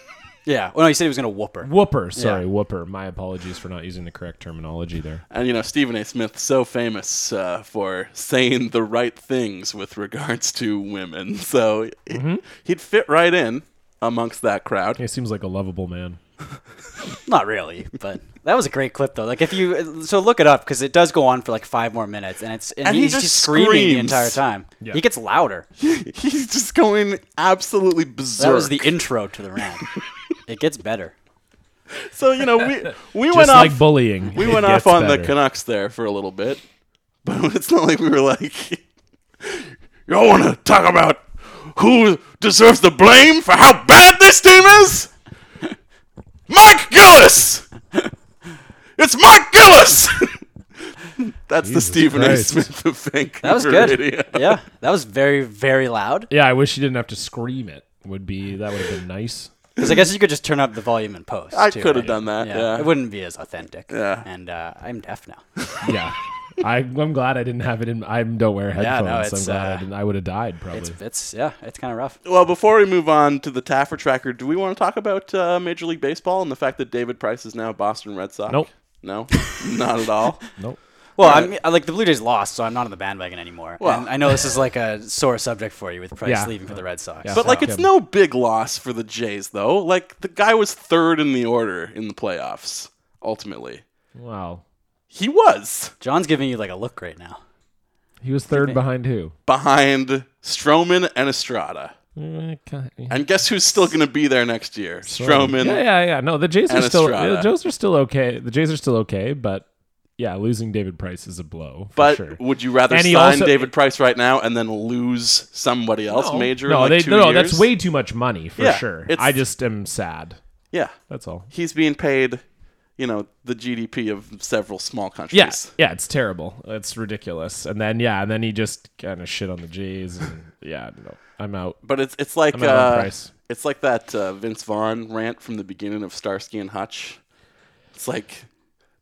Yeah. Well, no, he said he was going to whoop her. Whooper, sorry, Yeah. whooper. My apologies for not using the correct terminology there. And you know, Stephen A. Smith, so famous uh, for saying the right things with regards to women, so he- Mm-hmm. he'd fit right in amongst that crowd. He seems like a lovable man. Not really, but that was a great clip though. Like if you so look it up because it does go on for like five more minutes, and it's and, And he he's just just screaming the screams. entire time. He gets louder. He's just going absolutely berserk. That was the intro to the round. it gets better. so you know, we we Just went like off. bullying. we it went off gets on better. the Canucks there for a little bit, but it's not like we were like, y'all want to talk about who deserves the blame for how bad this team is? Mike Gillis. It's Mike Gillis. That's the Stephen Christ. A. Smith of Vancouver That was good. radio. Yeah, that was very very loud. Yeah, I wish you didn't have to scream it. Would be that would have been nice. Because I guess you could just turn up the volume and post. I too, could have right? done that. Yeah. it wouldn't be as authentic. Yeah. and uh, I'm deaf now. Yeah. I, I'm glad I didn't have it in. I don't wear Yeah, headphones. no, I'm it's, glad I uh, didn't. I would have died probably. It's it's yeah, it's kind of rough. Well, before we move on to the Taffer tracker, do we want to talk about uh, Major League Baseball and the fact that David Price is now Boston Red Sox? Nope. No, not at all. nope. Well, I'm I- like the Blue Jays lost, so I'm not on the bandwagon anymore. Well- and I know this is like a sore subject for you with Price Yeah. leaving for the Red Sox. Yeah. But like, Fuck it's him. no big loss for the Jays, though. Like, the guy was third in the order in the playoffs. Ultimately, Wow. he was John's giving you like a look right now. He was third behind who? behind Stroman and Estrada. Uh, Eh, ki- Yeah, And guess who's still going to be there next year? Stroman. yeah, yeah. No, the Jays are Oh. And still. Estrada. The Jays are still okay. The Jays are still okay, but yeah, losing David Price is a blow. For But sure. would you rather And he sign also- David Price right now and then lose somebody else major? in No, like they, two no, years? that's way too much money for Yeah, sure. it's- I just am sad. Yeah, That's all. he's being paid, you know, the GDP of several small countries. Yes. Yeah, it's terrible. It's ridiculous. And then yeah, and then he just kind of shit on the Jays. And, yeah, no, I'm out. But it's it's like I'm out on uh, Price. it's like that uh, Vince Vaughn rant from the beginning of Starsky and Hutch. It's like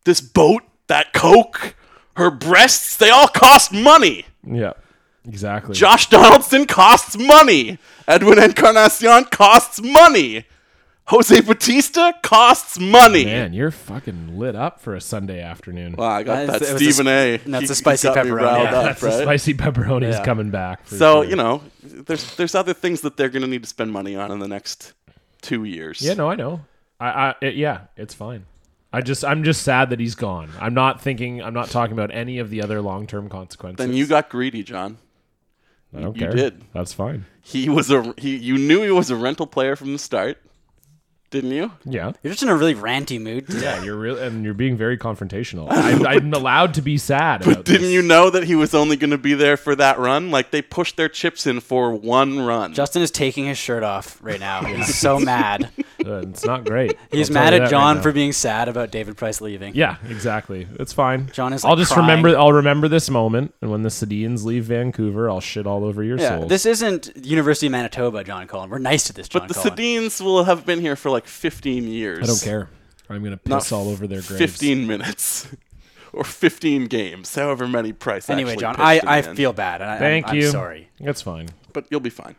this boat, that coke, her breasts, they all cost money. Yeah, exactly. Josh Donaldson costs money. Edwin Encarnacion costs money. Jose Batista costs money. Man, you're fucking lit up for a Sunday afternoon. Wow, I got That's- that it was a Stephen A. sp- no, it's He- a spicy he got me pepperoni. riled yeah, up, that's the right? spicy pepperoni's Yeah. coming back. for So sure. you know, there's there's other things that they're going to need to spend money on in the next two years. Yeah, no, I know. I, I it, yeah, it's fine. I just, I'm just sad that he's gone. I'm not thinking, I'm not talking about any of the other long-term consequences. Then you got greedy, John. I don't you care. did. That's fine. He was a he. You knew he was a rental player from the start, didn't you? Yeah. You're just in a really ranty mood. today. Yeah, you're real, and you're being very confrontational. I'm, I'm allowed to be sad. About Didn't this. you know that he was only going to be there for that run? Like they pushed their chips in for one run. Justin is taking his shirt off right now. He's so mad. Uh, it's not great. He's I'll tell mad you at that John right for now. being sad about David Price leaving. Yeah, exactly. It's fine. John is, I'll like, just crying. remember. I'll remember this moment, and when the Sedines leave Vancouver, I'll shit all over your Yeah, soul. this isn't University of Manitoba, John Cullen. We're nice to this John but the Cullen. Sedines will have been here for like 15 years. I don't care. I'm gonna Not piss all over their graves. 15 minutes. Or 15 games, however many price. anyway, actually John, pitched I, him I in. feel bad. And I, Thank I'm, you. I'm sorry. That's fine. but you'll be fine.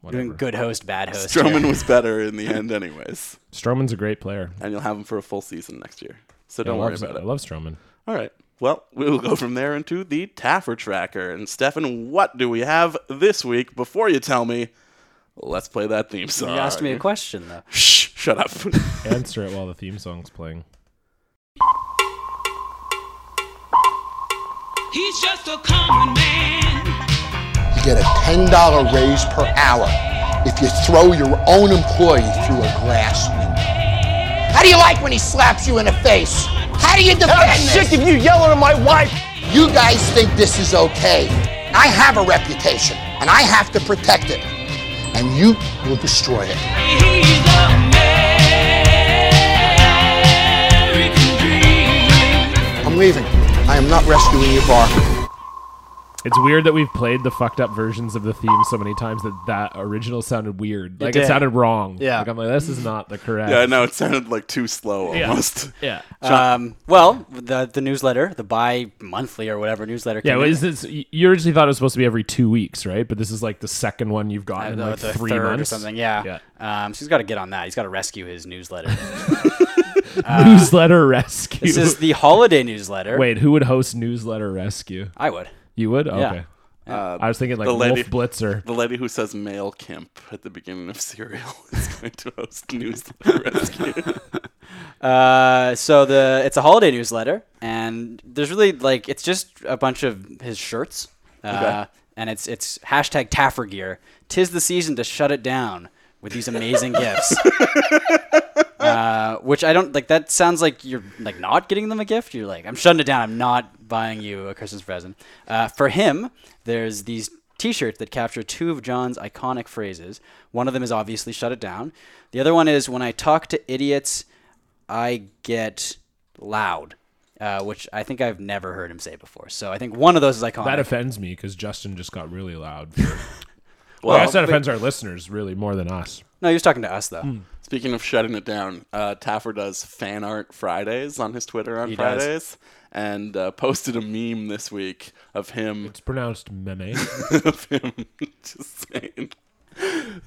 Whatever. Doing good host, bad host. Stroman here. was better in the end, anyways. Stroman's a great player. and you'll have him for a full season next year. So I don't worry love, about I it. love Stroman. All right. Well, we will go from there into the Taffer Tracker. And Stefan, what do we have this week? Before you tell me, let's play that theme song. You asked me a question though. Shh, shut up. Answer it while the theme song's playing. He's just a common man. You get a $10 raise per hour if you throw your own employee through a glass window. How do you like when he slaps you in the face? How do you defend this? if you yelling at my wife. You guys think this is okay. I have a reputation, and I have to protect it. And you will destroy it. He's the American dream. I'm leaving. I am not rescuing your bar. It's It's weird that we've played the fucked up versions of the theme so many times that that original sounded weird. Like it, did. sounded wrong. Yeah. Like I'm like, this is not the correct. Yeah, I know it sounded like too slow almost. Yeah. Um, well, the the newsletter, the bi monthly or whatever newsletter. Yeah, came well, in. is this, you originally thought it was supposed to be every two weeks, right? But this is like the second one you've gotten in the, like the three third months or something. Yeah. Um, so he's got to get on that. He's got to rescue his newsletter. newsletter rescue. this is the holiday newsletter. Wait, who would host newsletter rescue? I would. You would? Yeah. Okay. I was thinking like the Wolf lady- Blitzer. The lady who says male Kemp at the beginning of Serial is going to host Newsletter Rescue. Uh, so the it's a holiday newsletter, and there's really like it's just a bunch of his shirts, uh, and it's it's hashtag Taffer gear. Tis the season to shut it down with these amazing gifts. Uh, which I don't like. That sounds like you're like not getting them a gift. You're like, I'm shutting it down. I'm not buying you a Christmas present. Uh, for him, there's these T-shirts that capture two of John's iconic phrases. One of them is obviously "shut it down." The other one is "when I talk to idiots, I get loud," uh, which I think I've never heard him say before. So I think one of those is iconic. That offends me because Justin just got really loud. For, well, Well, I guess that offends our listeners really more than us. no, he was talking to us though. Speaking of shutting it down, uh, Taffer does fan art Fridays on his Twitter on does. Fridays and uh, posted a meme this week of him It's pronounced meme. of him just saying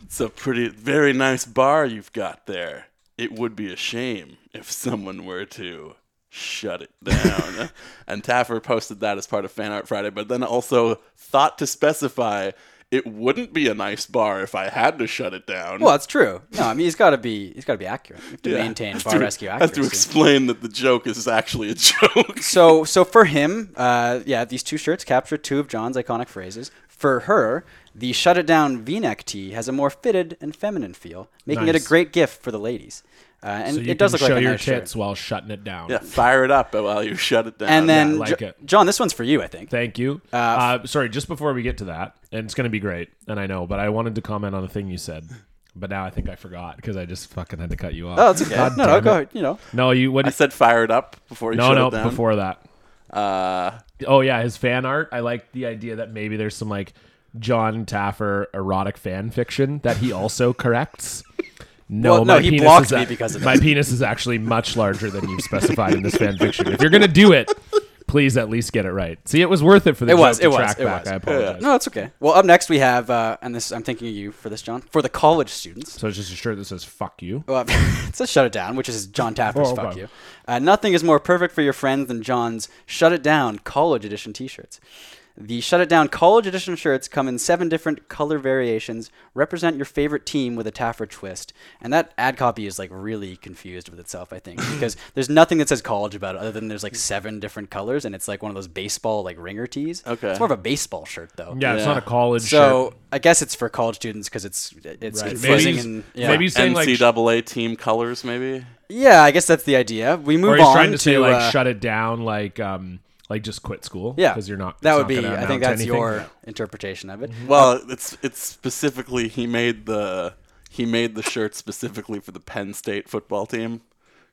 it's a pretty very nice bar you've got there. It would be a shame if someone were to shut it down. and Taffer posted that as part of Fan Art Friday, but then also thought to specify it wouldn't be a nice bar if I had to shut it down. Well, it's true. No, I mean he's got to be he's got to be accurate. You have to Yeah. maintain Has bar to- rescue Has accuracy. to explain that the joke is actually a joke. so so for him, uh, yeah, these two shirts capture two of John's iconic phrases. For her, the shut it down V-neck tee has a more fitted and feminine feel, making it Nice. a great gift for the ladies. Uh, and So you it does look can like show a your nice tits shirt. while shutting it down. yeah, fire it up while you shut it down. And then, I like Jo- it. John, this one's for you, I think. Thank you. Uh, uh, sorry, just before we get to that, and it's going to be great, and I know, but I wanted to comment on a thing you said, but now I think I forgot because I just fucking had to cut you off. Oh, it's okay. God no, no, damn go it. ahead. You know, No, you what? I said fire it up before you no, shut no, it down. before that. Uh, Oh yeah, his fan art. I like the idea that maybe there's some like John Taffer erotic fan fiction that he also corrects. No, Well, no, my he penis blocked is me because of my penis is actually much larger than you've specified in this fan fiction. If you're gonna do it, please at least get it right. See, it was worth it for the It was, joke to it was, track it back. was. I apologize. no, it's okay. Well, up next we have, uh, and this I'm thinking of you for this, John, for the college students. So it's just a shirt that says "fuck you." Well, it says shut it down, which is John Taffer's Oh, okay. fuck you. Uh, nothing is more perfect for your friends than John's shut it down college edition t-shirts. The shut it down college edition shirts come in seven different color variations, represent your favorite team with a Taffer twist. And that ad copy is like really confused with itself, I think, because there's nothing that says college about it other than there's like seven different colors and it's like one of those baseball like ringer tees. Okay. It's more of a baseball shirt though. Yeah, it's not a college So shirt. I guess it's for college students because it's it's Right. Maybe confusing he's, and yeah. maybe he's saying like, sh- NCAA team colors, maybe. Yeah, I guess that's the idea. We move or he's on trying to, say like uh, shut it down, like um, like just quit school. yeah, because you're not. That it's would not be. gonna I amount think to that's anything. Mm-hmm. your interpretation of it. Well, it's it's specifically he made the he made the shirt specifically for the Penn State football team.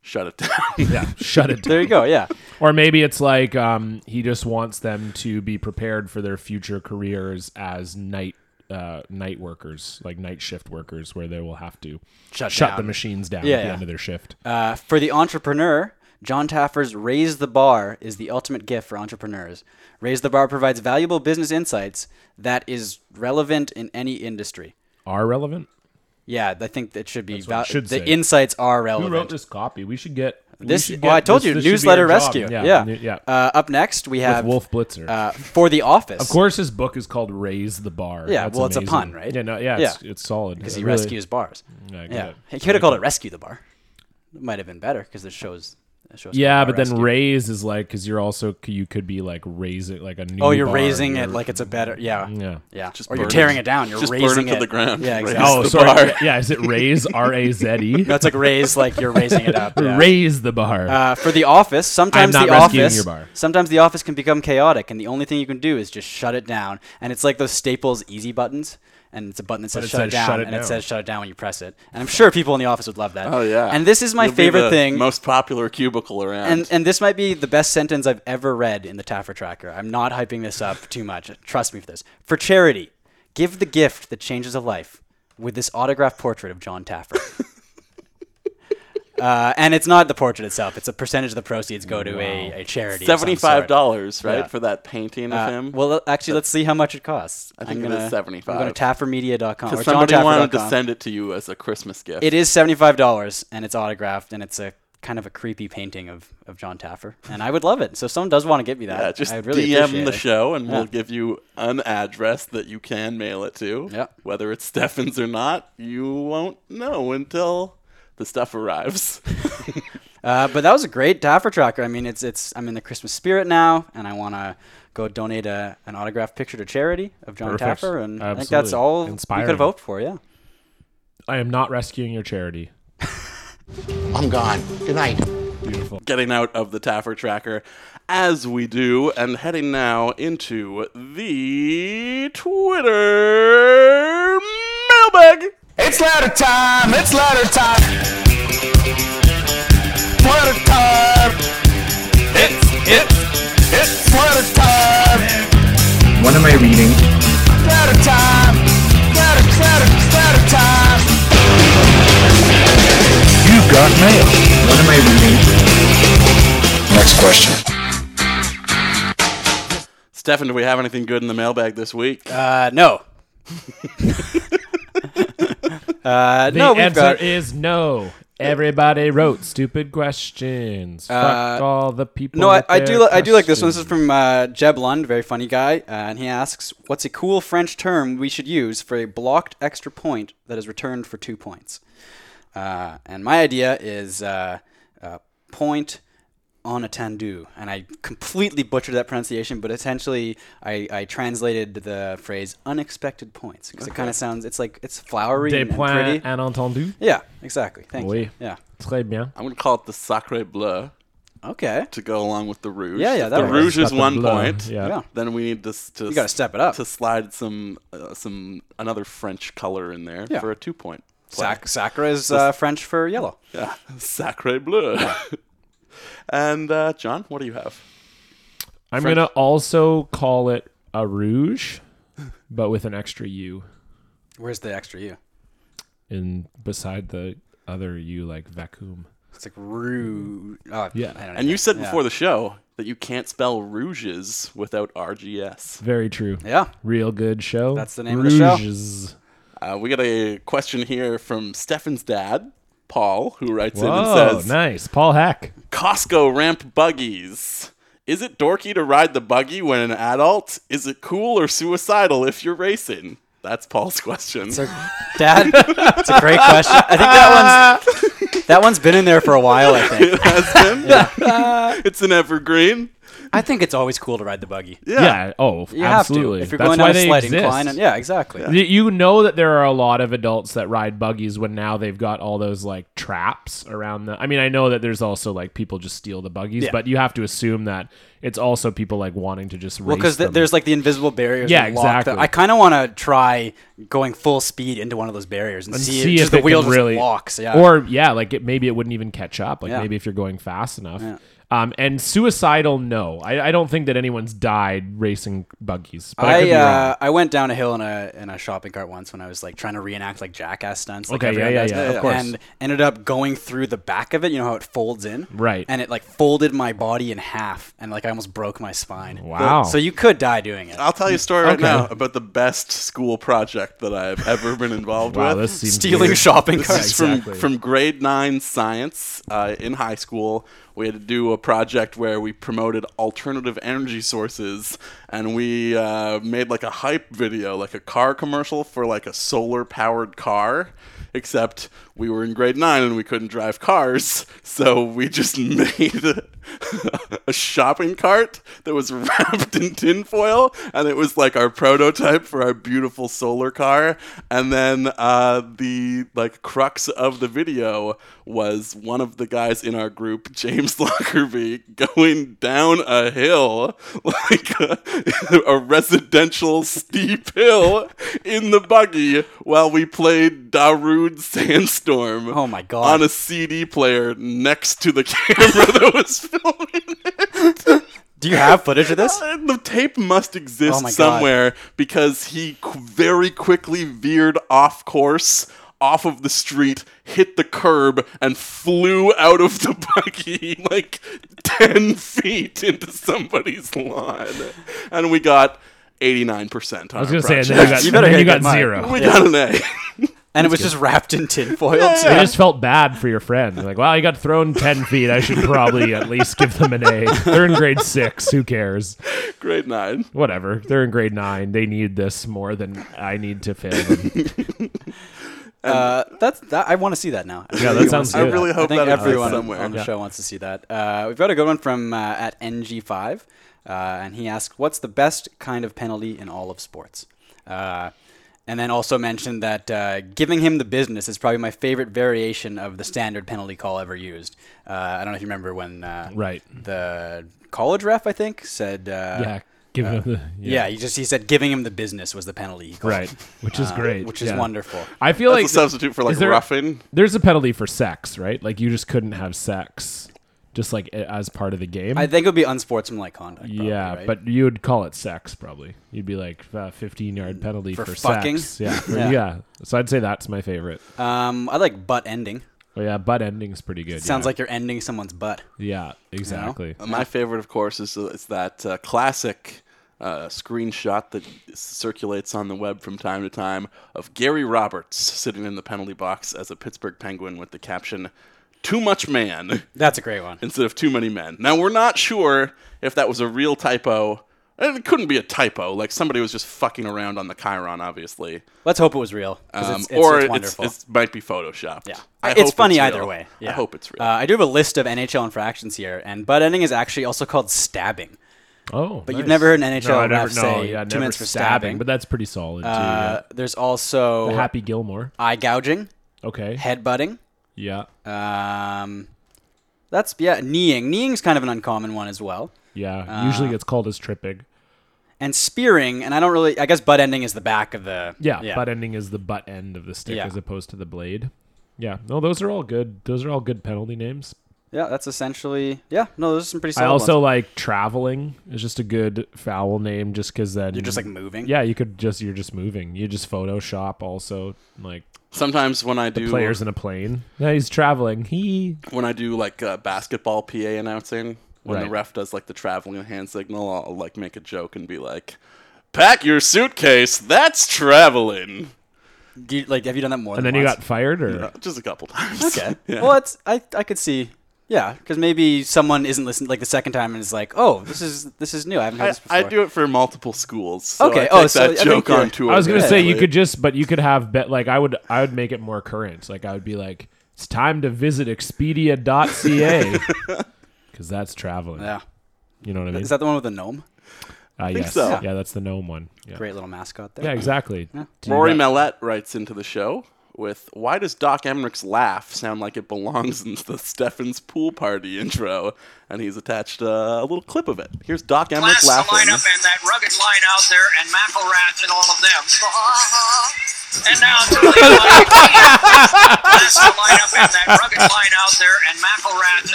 Shut it down. yeah, shut it down. There you go. Yeah, Or maybe it's like um, he just wants them to be prepared for their future careers as night uh, night workers, like night shift workers, where they will have to shut, the down. machines down Yeah, at the yeah. end of their shift. uh, for the entrepreneur. John Taffer's Raise the Bar is the ultimate gift for entrepreneurs. Raise the Bar provides valuable business insights that is relevant in any industry. Are relevant? Yeah, I think that should be what val- it should the say. insights are Who wrote relevant. this copy? We should get we This, should well, get- I told this- you, this should be newsletter our job. rescue. Yeah, yeah, new- yeah. Uh, up next, we have Wolf Blitzer. uh, for the office. of course, his book is called "Raise the Bar." Yeah, That's well, it's a amazing. pun, right? Yeah, no, yeah, It's, Yeah. it's solid because It he really- Mm-hmm. rescues bars. Yeah, I get Yeah, it. he could have called it Rescue the Bar. It might have been better because the shows. The show's Yeah, called but Bar then Rescue. raise is like because you're also you could be like raising like a new. oh, you're bar, raising it you're- like it's a better yeah Yeah. yeah. Just or you're burn it. tearing it down. You're Just burn it raising to the ground. Yeah, Raise exactly. Oh, the sorry. bar. Yeah, is it raise R A Z E? no, it's like raise like you're raising it up. yeah. Raise the bar. Uh, for the office, sometimes not the rescuing office, your bar. sometimes the office can become chaotic, and the only thing you can do is just shut it down. And it's like those Staples easy buttons, and it's a button that says, it shut, says it down, shut it and down. it says shut it down when you press it. And I'm sure people in the office would love that. Oh yeah. And this is my You'll be favorite the thing. Most popular orbital around. And and this might be the best sentence I've ever read in the Taffer Tracker. I'm not hyping this up too much. Trust me for this. For charity, give the gift that changes a life with this autographed portrait of John Taffer. Uh, and it's not the portrait itself; it's a percentage of the proceeds go to a, a charity. of some sort. Seventy-five dollars, right, Yeah. for that painting of Uh, him. well, uh, actually, let's see how much it costs. I think it am is gonna, I'm going $75. to taffermedia.com or Because somebody wanted to johntaffer.com. send it to you as a Christmas gift. It is seventy-five dollars, and it's autographed, and it's a kind of a creepy painting of, of John Taffer, and I would love it. So if someone does want to get me that, Yeah, Uh, just I'd really DM appreciate the it. show, and we'll Yeah. give you an address that you can mail it to. Yeah. Whether it's Stefan's or not, you won't know until the stuff arrives. Uh, but that was a great Taffer tracker. I mean, it's it's I'm in the Christmas spirit now, and I want to go donate a, an autographed picture to charity of John Perfect. Taffer, and I think Absolutely. that's all we could Inspiring. have hoped for. Yeah. I am not rescuing your charity. I'm gone. Good night. Getting out of the Taffer tracker as we do, and heading now into the Twitter mailbag. It's ladder time! It's ladder time! Ladder time! It's, it's, it's ladder time! What am I reading? Ladder time! Ladder, ladder, ladder time! You got mail! What am I reading? Next question. Stefan, do we have anything good in the mailbag this week? Uh, no. uh, The no, we've answer got, is no. Everybody wrote stupid questions. Fuck all the people. Uh, No, I, with I their do. Li- I do like this one. This is questions. from uh, Jeb Lund, very funny guy, uh, and he asks, "What's a cool French term we should use for a blocked extra point that is returned for two points?" Uh, and my idea is uh, uh, point on attendu, and I completely butchered that pronunciation, but essentially I, I translated the phrase "unexpected points" because it kind of sounds it's like it's flowery Des and, and points pretty. entendu. yeah, exactly. Thank Oui. you. Yeah. Très bien. I'm going to call it the Sacre Bleu Okay. to go along with the Rouge. Yeah, yeah, If that The works. Rouge is Got the one bleu. point. Yeah. Yeah. Then we need to s- to You gotta step it up. to slide some uh, some another French color in there Yeah. for a two point. Sac- Sacra is uh, French for yellow. Yeah, sacre bleu. and uh, John, what do you have? I'm gonna also call it a rouge, but with an extra U Where's the extra U? in beside the other U, like vacuum. It's like rude. Oh, Mm-hmm. Yeah. I don't And know. you said before the show that you can't spell rouges without RGS. Very true. Yeah. Real good show. That's the name of the show. Rouges. Uh, we got a question here from Stefan's dad, Paul, who writes in Whoa, and says, nice. Paul Hack. Costco ramp buggies. Is it dorky to ride the buggy when an adult? Is it cool or suicidal if you're racing? That's Paul's question. Dad, it's a great question. I think that one's that one's been in there for a while. I think. it has been. it's an evergreen. I think it's always cool to ride the buggy. Yeah. Oh, You absolutely. have to if you're That's going why down a they sled exist. incline. And, yeah, exactly. Y- You know that there are a lot of adults that ride buggies when now they've got all those like traps around the. I mean, I know that there's also like people just steal the buggies, but you have to assume that it's also people like wanting to just race Well, because them. there's like the invisible barriers. Yeah, that lock the- exactly. I kind of want to try going full speed into one of those barriers and, and see, see if, if just the it wheel can just really locks. Yeah. Or yeah, like it, maybe it wouldn't even catch up. Like Yeah. maybe if you're going fast enough. Um, and suicidal, no, I, I don't think that anyone's died racing buggies. But I, could I be wrong. uh, I went down a hill in a in a shopping cart once when I was like trying to reenact like jackass stunts. Like Okay, everyone yeah, yeah, does, yeah, of course. And ended up going through the back of it. You know how it folds in, Right. And it like folded my body in half, and like I almost broke my spine. Wow. So you could die doing it. I'll tell you a story right Okay. now about the best school project that I've ever been involved wow, with. this seems Stealing weird. shopping This carts is from exactly. from, from grade nine science uh, in high school. We had to do a project where we promoted alternative energy sources, and we uh, made like a hype video, like a car commercial for like a solar powered car. Except we were in grade nine and we couldn't drive cars, so we just made a shopping cart that was wrapped in tinfoil, and it was like our prototype for our beautiful solar car. And then uh, the like crux of the video was one of the guys in our group, James Lockerby, going down a hill, like a, a residential steep hill, in the buggy while we played Darude Sandstorm Oh my god. on a CD player next to the camera that was filming. Do you have footage of this? Uh, The tape must exist Oh my God. somewhere because he qu- very quickly veered off course, off of the street, hit the curb, and flew out of the buggy like 10 feet into somebody's lawn. And we got 89% on I was our gonna say, project. and then you got, You you better then you get got mine. zero. we got an A. And it was just wrapped in tinfoil. I too. just felt bad for your friend. Like, wow, you got thrown ten feet. I should probably at least give them an A. They're in grade six. Who cares? Grade 9. Whatever. They're in grade nine. They need this more than I need to fail them. Uh, that's that. I want to see that now. I Yeah, really that sounds wanna see good. I really that. hope I think that exists everyone somewhere. on the Yeah. show wants to see that. Uh, we've got a good one from uh, at NG5, uh, and he asks, "What's the best kind of penalty in all of sports?" Uh, and then also mentioned that uh, giving him the business is probably my favorite variation of the standard penalty call ever used. Uh, I don't know if you remember when uh, Right. the college ref I think said uh, Yeah, give them the yeah. he just he said giving him the business was the penalty he called, right, which is great, Uh, which is yeah. wonderful. I feel That's like a substitute for like is there- roughing. There's a penalty for sex, right? Like you just couldn't have sex, just like a- as part of the game. I think it would be unsportsmanlike conduct. probably, yeah, right? but you would call it sex probably. You'd be like uh, 15 yard penalty Mm, For for, fucking? sex. Yeah, for- Yeah. yeah, So I'd say that's my favorite. Um, I like butt ending. But yeah, butt ending's pretty good. Sounds yeah. like Uh, you're ending someone's butt. yeah, exactly. My favorite, of course, is, is that uh, classic uh, screenshot that circulates on the web from time to time of Gary Roberts sitting in the penalty box as a Pittsburgh Penguin with the caption, Too much man, That's a great one. instead of too many men. Now, we're not sure if that was a real typo. and It couldn't be a typo. Like somebody was just fucking around on the Chiron, obviously, Let's hope it was real. 'cause um, it's, it's, or it's it's, wonderful. it might be photoshopped. yeah. I hope it's funny either real. way. Yeah. I hope it's real. Uh, I do have a list of NHL infractions here, and butt ending is actually also called stabbing. Oh, But you've nice. never heard an NHL I never- ref say, yeah, "Two never minutes for stabbing." but that's pretty solid too. Uh, yeah. There's also The Happy Gilmore. eye gouging, Okay. headbutting. Yeah. uh, Um, that's yeah, kneeing. Kneeing's kind of an uncommon one as well. uh, Yeah. Usually it's called as tripping. And spearing, and I don't really. I guess butt ending is the back of the. Yeah, butt ending is the butt end of the stick Yeah. as opposed to the blade. Yeah, no, those are all good. Those are all good penalty names. Yeah, that's essentially. Yeah, no, those are some pretty. Solid I also ones. like traveling is just a good foul name, just because then you're just like moving. yeah, you could just you're just moving. You just Photoshop also like Sometimes when I do players in a plane. Yeah, he's traveling. He when I do like uh, basketball PA announcing, when the Right. ref does like the traveling hand signal, I'll, I'll, like make a joke and be like, "Pack your suitcase, that's traveling." Do you, like, have you done that more? and than then you once? got fired or Uh, Just a couple times. Okay. yeah. Well, it's I I could see. Yeah, because maybe someone isn't listening like the second time and is like, "Oh, this is this is new. I haven't heard I, this before." I do it for multiple schools. So Okay, I take oh, so I that think joke you're- on tour. I was gonna there. say you could just, but you could have bet. Like I would, I would make it more current. Like I would be like, it's time to visit Expedia.ca because that's traveling. Yeah. You know what I mean? Is that the one with the gnome? uh, yes. so. Yeah, that's the gnome one. Yeah, Great little mascot there. yeah exactly. Do you Rory got- Mallette writes into the show with why does Doc Emrick's laugh sound like it belongs in the Steffens pool party intro? And he's attached uh, a little clip of it. Here's Doc Emrick Blast the laughing. lineup and that rugged line out there, and McElrath and all of them. And now to the lineup. Blast the lineup and that rugged line out there, and McElrath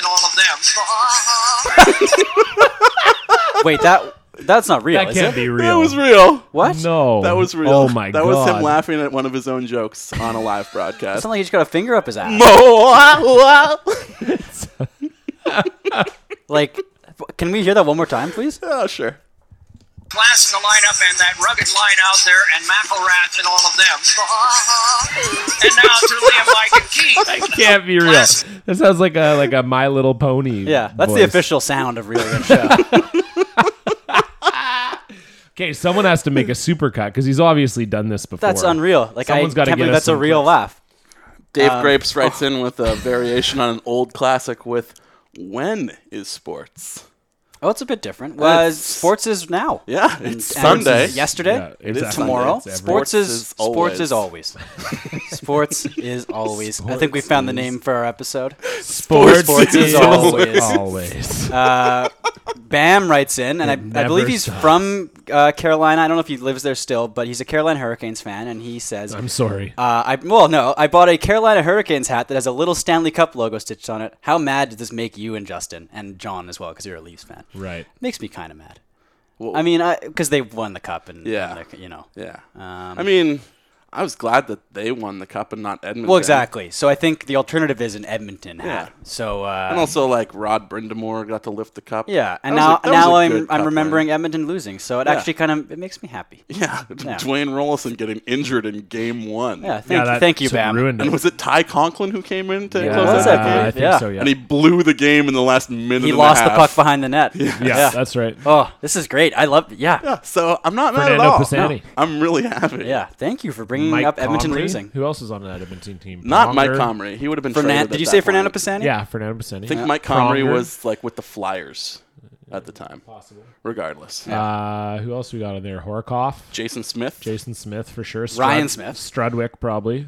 and all of them. Wait, that that's not real. That is can't it? be That real. was real. What? No, That was real. Oh my that god, was him laughing at one of his own jokes on a live It's broadcast. not like he just got a finger up his ass. Like, can we hear that one more time, please? oh, sure. Blast the lineup and that rugged line out there, and McElrath and all of them. And now to Liam, Mike, and Keith. That can't be real. That sounds like a like a My Little Pony. Yeah, that's the voice. official sound of real Good show. Okay, someone has to make a supercut because he's obviously done this before. That's unreal. Like Someone's I gotta can't get believe us that's a some real clips. laugh. Dave Grapes writes in with a variation on an old classic with "When is sports?" Oh, it's a bit different. Was That's- sports is now. Yeah, it's And- and this Sunday. is Yesterday. Yeah, It is exactly. tomorrow. It's every- Sports is Sports is sports is always. Sports is always. I think we found the name for our episode. Sports, Sports is always. always. Uh, Bam writes in, and I, I never believe he's stops. from uh, Carolina. I don't know if he lives there still, but he's a Carolina Hurricanes fan, and he says, I'm sorry. Uh, I well, no, I bought a Carolina Hurricanes hat that has a little Stanley Cup logo stitched on it. How mad does this make you and Justin and John as well? Because you're a Leafs fan. right. Makes me kind of mad. I mean, because they won the cup, and Yeah. and the- you know. Yeah. I mean, I was glad that they won the cup and not Edmonton. Well, exactly. So I think the alternative is an Edmonton hat. Yeah. So uh, And also, like Rod Brindamore got to lift the cup. yeah, and now That was a- that was now a I'm good cup I'm win. remembering Edmonton losing. So it Yeah. actually kind of it makes me happy. Yeah, Dwayne Rollison getting injured in game one. Yeah, thank Yeah, you, that thank you, sort of Bam. Ruined it. And was it Ty Conklin who came in to yeah, close was that that game? I think Yeah. so. Yeah. And he blew the game in the last minute. He and a lost the half. puck behind the net. yeah, that's right. Oh, this is great. I love. Yeah. yeah. Yeah, so I'm not mad Fernando at all. Pisani. No, I'm really happy. Thank you for bringing up Edmonton Comrie? losing. Who else is on that Edmonton team? Not Mike Pronger? Comrie. He would have been. Fernan- traded did at you that say Fernando point. Pisani? Yeah, Fernando Pisani. I think Mike Comrie Pronger. was like with the Flyers at the time. Possible. Regardless, Uh, who else we got in there? Horkoff, Jason Smith. Jason Smith for sure. Strud- Ryan Smith. Strudwick probably.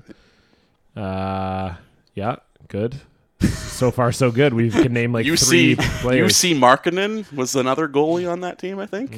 Uh, yeah, good. so far so good. We can name like three UC players. UC Markkinen was another goalie on that team, I think,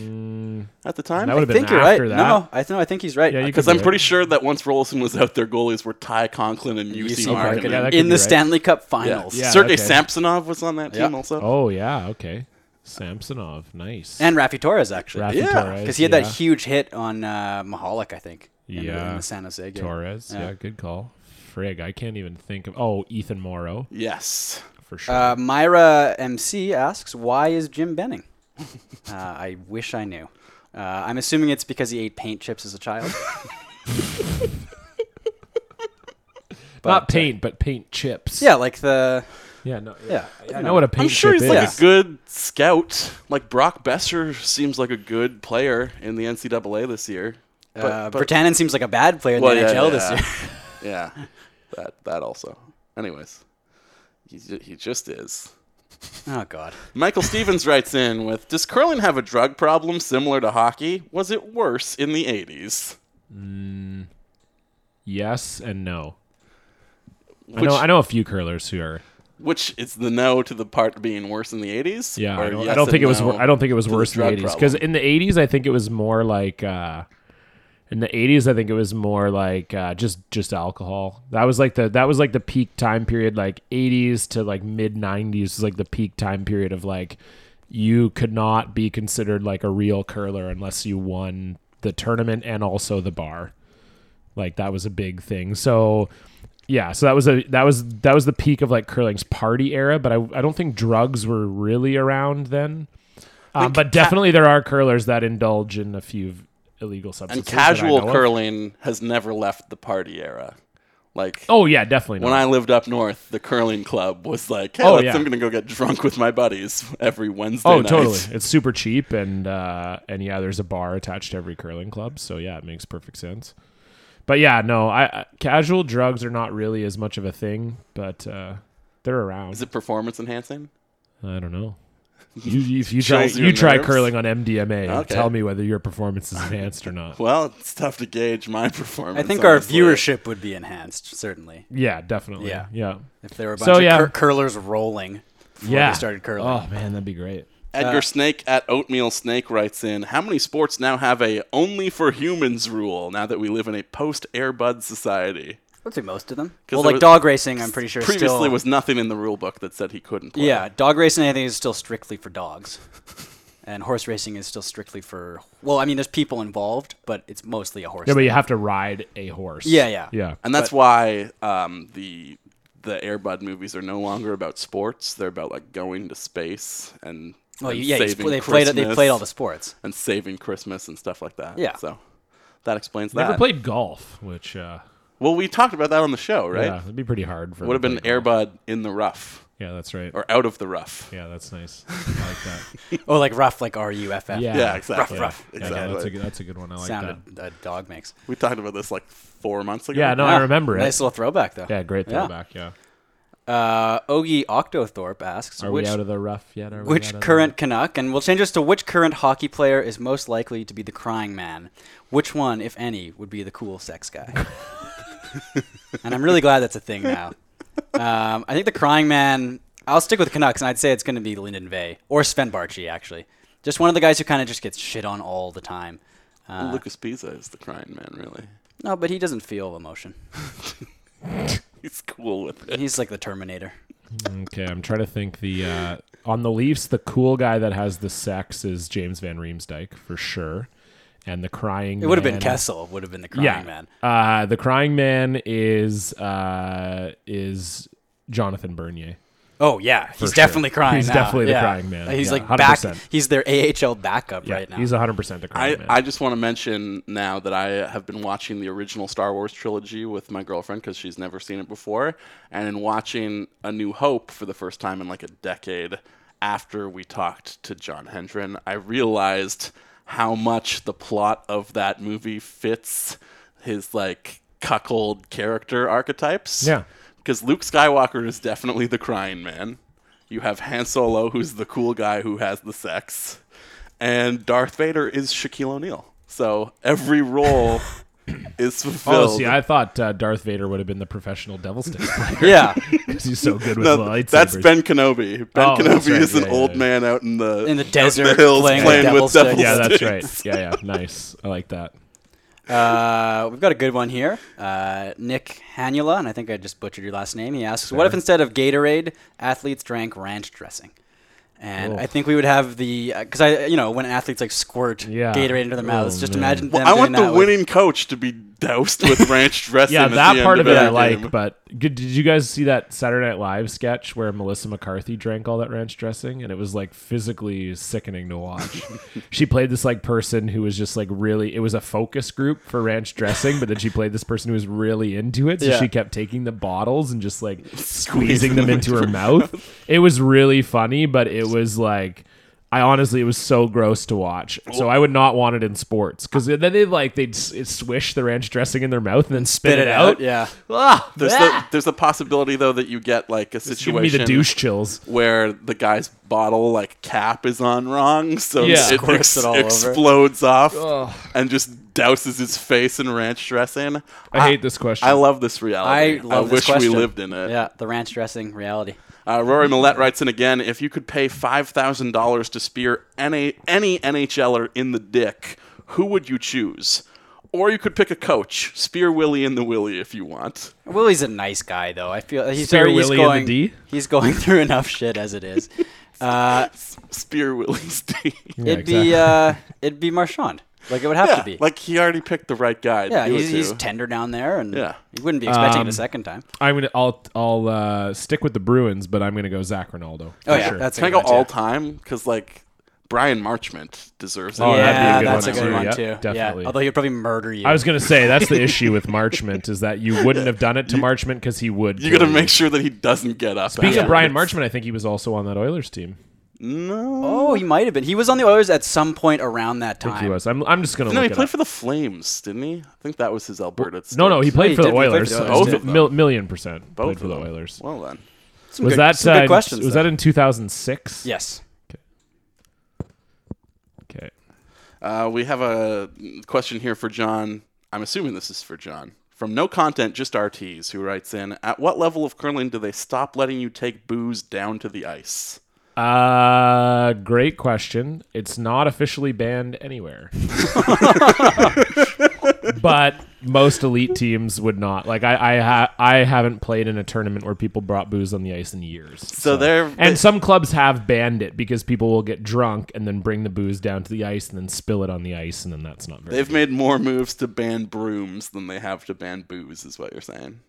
at the time. Mm. that would have I been think you're right. after that. No, no, I, th- no, I think he's right. Yeah, you Because could I'm be pretty right. sure that once Rollison was out, their goalies were Ty Conklin and UC, UC Markkinen. Markkinen. Yeah, that could in be the right. Stanley Cup Finals. Yeah, Sergei okay. Samsonov was on that team Yeah. also. Oh yeah, okay. Samsonov, nice. And Rafi Torres actually. Rafi yeah, Torres, because he had that yeah. huge hit on uh, Mahalik, I think. in the- Yeah. In the San Jose game. Torres, yeah. good call. Frig, I can't even think of. Oh, Ethan Morrow Yes. for sure. Uh, Myra MC asks, "Why is Jim Benning?" uh, I wish I knew. Uh, I'm assuming it's because he ate paint chips as a child. Not paint, but paint chips. uh, yeah, like the yeah, no, yeah. yeah. I know what a paint I'm sure chip he's like is. a good scout. Like Brock Besser seems like a good player in the NCAA this year. But, Uh, but- Vertanen seems like a bad player in Well, the yeah, NHL yeah, this yeah. year. yeah, that that also. Anyways, he ju- he just is. oh God. Michael Stevens writes in with Does curling have a drug problem similar to hockey? Was it worse in the 80s? Yes and no. I Which, know, I know a few curlers who are. which is the no to the part being worse in the 80s? Yeah, I Or don't, yes I don't think and it was. no wor- I don't think it was to the worse in the drug eighties because problem? in the eighties, I think it was more like. Uh, in the eighties, I think it was more like uh, just just alcohol. That was like the that was like the peak time period, like eighties to like mid nineties is like the peak time period of like you could not be considered like a real curler unless you won the tournament and also the bar. Like that was a big thing. So yeah, so that was a that was that was the peak of like curling's party era, but I I don't think drugs were really around then. Um, but definitely there are curlers that indulge in a few v- illegal And substances. that I casual know of. curling has never left the party era. Like, Oh yeah, definitely. when not. I lived up north, the curling club was like, hey, Oh, let's- yeah. I'm going to go get drunk with my buddies every Wednesday oh night. totally, it's super cheap and uh, and yeah, there's a bar attached to every curling club, so yeah, it makes perfect sense. But yeah, no, I I- casual drugs are not really as much of a thing, but uh, they're around. Is it performance enhancing? I don't know. You, if you try Chills your you try nerves? curling on MDMA, Okay. tell me whether your performance is enhanced or not. Well, it's tough to gauge my performance. I think our honestly. viewership would be enhanced certainly Yeah, definitely. Yeah. yeah, if there were a bunch So, of yeah. cur- curlers rolling. they yeah. started curling. Oh man, that'd be great. uh, Edgar Snake at Oatmeal Snake writes in, "How many sports now have a only for humans rule now that we live in a post Airbud society? I'd say most of them. 'Cause Well, there like was- dog racing, I'm pretty sure Previously still was nothing in the rule book that said he couldn't play. Yeah, dog racing I think is still strictly for dogs, and horse racing is still strictly for. Well, I mean, there's people involved, but it's mostly a horse. Yeah, but thing. you have to ride a horse. Yeah, yeah. yeah. and that's why um, the the Airbud movies are no longer about sports; they're about like going to space and, Well, and you- Oh, yeah, you saving sp- they played they Christmas played all the sports. and saving Christmas and stuff like that. Yeah. so that explains Never that. played golf, which uh, well, we talked about that on the show, right? yeah, it'd be pretty hard for. Would have them been to play golf. Airbud in the rough Yeah, that's right. or out of the rough. yeah, that's nice. I like that. Oh, like rough, like R U F F. Yeah, Yeah, exactly. Yeah. rough. Yeah, no, Exactly. that's a good. That's a good one. I like sound that. a, a dog makes. We talked about this like four months ago. Yeah, no, I Yeah, remember it. Nice little throwback though. yeah, great throwback. Yeah. Uh, Ogie Octothorpe asks, Are which we out of the rough yet? Are we out which of the- current Canuck, and we'll change this to which current hockey player is most likely to be the crying man? Which one, if any, would be the cool sex guy? and I'm really glad that's a thing now. Um, I think the crying man I'll stick with Canucks, and I'd say it's going to be Linden Vey or Sven Barchi, actually. Just one of the guys who kind of just gets shit on all the time. Uh, Lucas Pisa is the crying man, really. no, but he doesn't feel emotion. He's cool with it. He's like the Terminator. Okay, I'm trying to think. The uh, on the Leafs, the cool guy that has the sex is James Van Riemsdyk for sure, and the crying. It would have been man- Kessel. It would have been the crying Yeah, man. Uh, the crying man is uh, is Jonathan Bernier. Oh yeah, he's sure. definitely crying. He's now. definitely the Yeah. crying man. He's Yeah, like 100%. back. He's their AHL backup Yeah, right now. he's 100 percent the crying I, man. I just want to mention now that I have been watching the original Star Wars trilogy with my girlfriend because she's never seen it before, and in watching A New Hope for the first time in like a decade after we talked to John Hendren, I realized how much the plot of that movie fits his like cuckold character archetypes. Yeah. because Luke Skywalker is definitely the crying man. You have Han Solo, who's the cool guy who has the sex and Darth Vader is Shaquille O'Neal. So every role is fulfilled. Oh, see, I thought uh, Darth Vader would have been the professional Devil's Stick player yeah, because he's so good with No, lightsabers. that's Ben Kenobi. Ben Oh, that's Kenobi right. is an Yeah, yeah, old yeah. man out in the In the out desert hills playing playing, with devil with devil sticks. Yeah, that's sticks. right. Yeah, yeah, nice. I like that. uh, we've got a good one here. Uh, Nick Hanula, and I think I just butchered your last name. He asks, "What if instead of Gatorade, athletes drank ranch dressing?" And I think we would have the because I you know when athletes like squirt Yeah. Gatorade into their Oh, mouths, just no. imagine Well, them I doing want that the with- winning coach to be doused with ranch dressing. Yeah, at that the part of end it of I every game. like. But good, did you guys see that Saturday Night Live sketch where Melissa McCarthy drank all that ranch dressing, and it was like physically sickening to watch? she played this like person who was just like really. It was a focus group for ranch dressing, but then she played this person who was really into it, so Yeah. she kept taking the bottles and just like squeezing them into her mouth. It was really funny, but it was like. I honestly, it was so gross to watch. So I would not want it in sports because then they like they'd s- swish the ranch dressing in their mouth and then spit, Spit it out. Yeah, Ah, There's the, there's the possibility though that you get like a Give me the situation douche chills. where the guy's bottle like cap is on wrong, so Yeah. it ex- Squirts it all over. explodes off and just douses his face in ranch dressing. I, hate this question. I love this reality. I love wish this question. we lived in it. Yeah, the ranch dressing reality. Uh, Rory Millette writes in again: If you could pay five thousand dollars to spear any any NHLer er in the dick, who would you choose? Or you could pick a coach. Spear Willie in the Willie if you want. Willie's a nice guy, though. I feel he's Spare very he's Willie in the going. D? He's going through enough shit as it is. Uh, Spear Willie's D. it'd be uh, it'd be Marchand. Like it would have to be. like he already picked the right guy. to yeah, do it he's, he's to. tender down there, and Yeah. you wouldn't be expecting it Um, a second time. I'm gonna. I'll. I'll uh, stick with the Bruins, but I'm gonna go Zach Ronaldo. Oh for yeah, sure. that's a Can I good go one, too. all time? Because like Brian Marchment deserves it. Oh, that'd be a yeah, good that's one, a too. good one Yep, too. definitely. Yeah, although he'd probably murder you. I was gonna say that's the issue with Marchment is that you wouldn't have done it to Marchment because he would. You got to kill make sure that he doesn't get up. Speaking of afterwards. Brian Marchment, I think he was also on that Oilers team. oh, he might have been. He was on the Oilers at some point around that I think he time. was. I'm. I'm just gonna. No, look he it played up. for the Flames, didn't he? I think that was his Alberta. No, no, he played he for the did. He played for Oilers. the Oilers, Both did. of- mil- million percent. Both played for of the them. Oilers. Well then, Some Was good- that some uh, good in- questions? Was though. that in 2006? yes? Okay. uh, we have a question here for John. I'm assuming this is for John from No Content, just RTs, who writes in: At what level of curling do they stop letting you take booze down to the ice? Uh, great question. It's not officially banned anywhere. but most elite teams would not. Like I I, ha- I haven't played in a tournament where people brought booze on the ice in years. So they're- And some clubs have banned it because people will get drunk and then bring the booze down to the ice and then spill it on the ice and then that's not very They've made more moves to ban brooms than they have to ban booze, is what you're saying.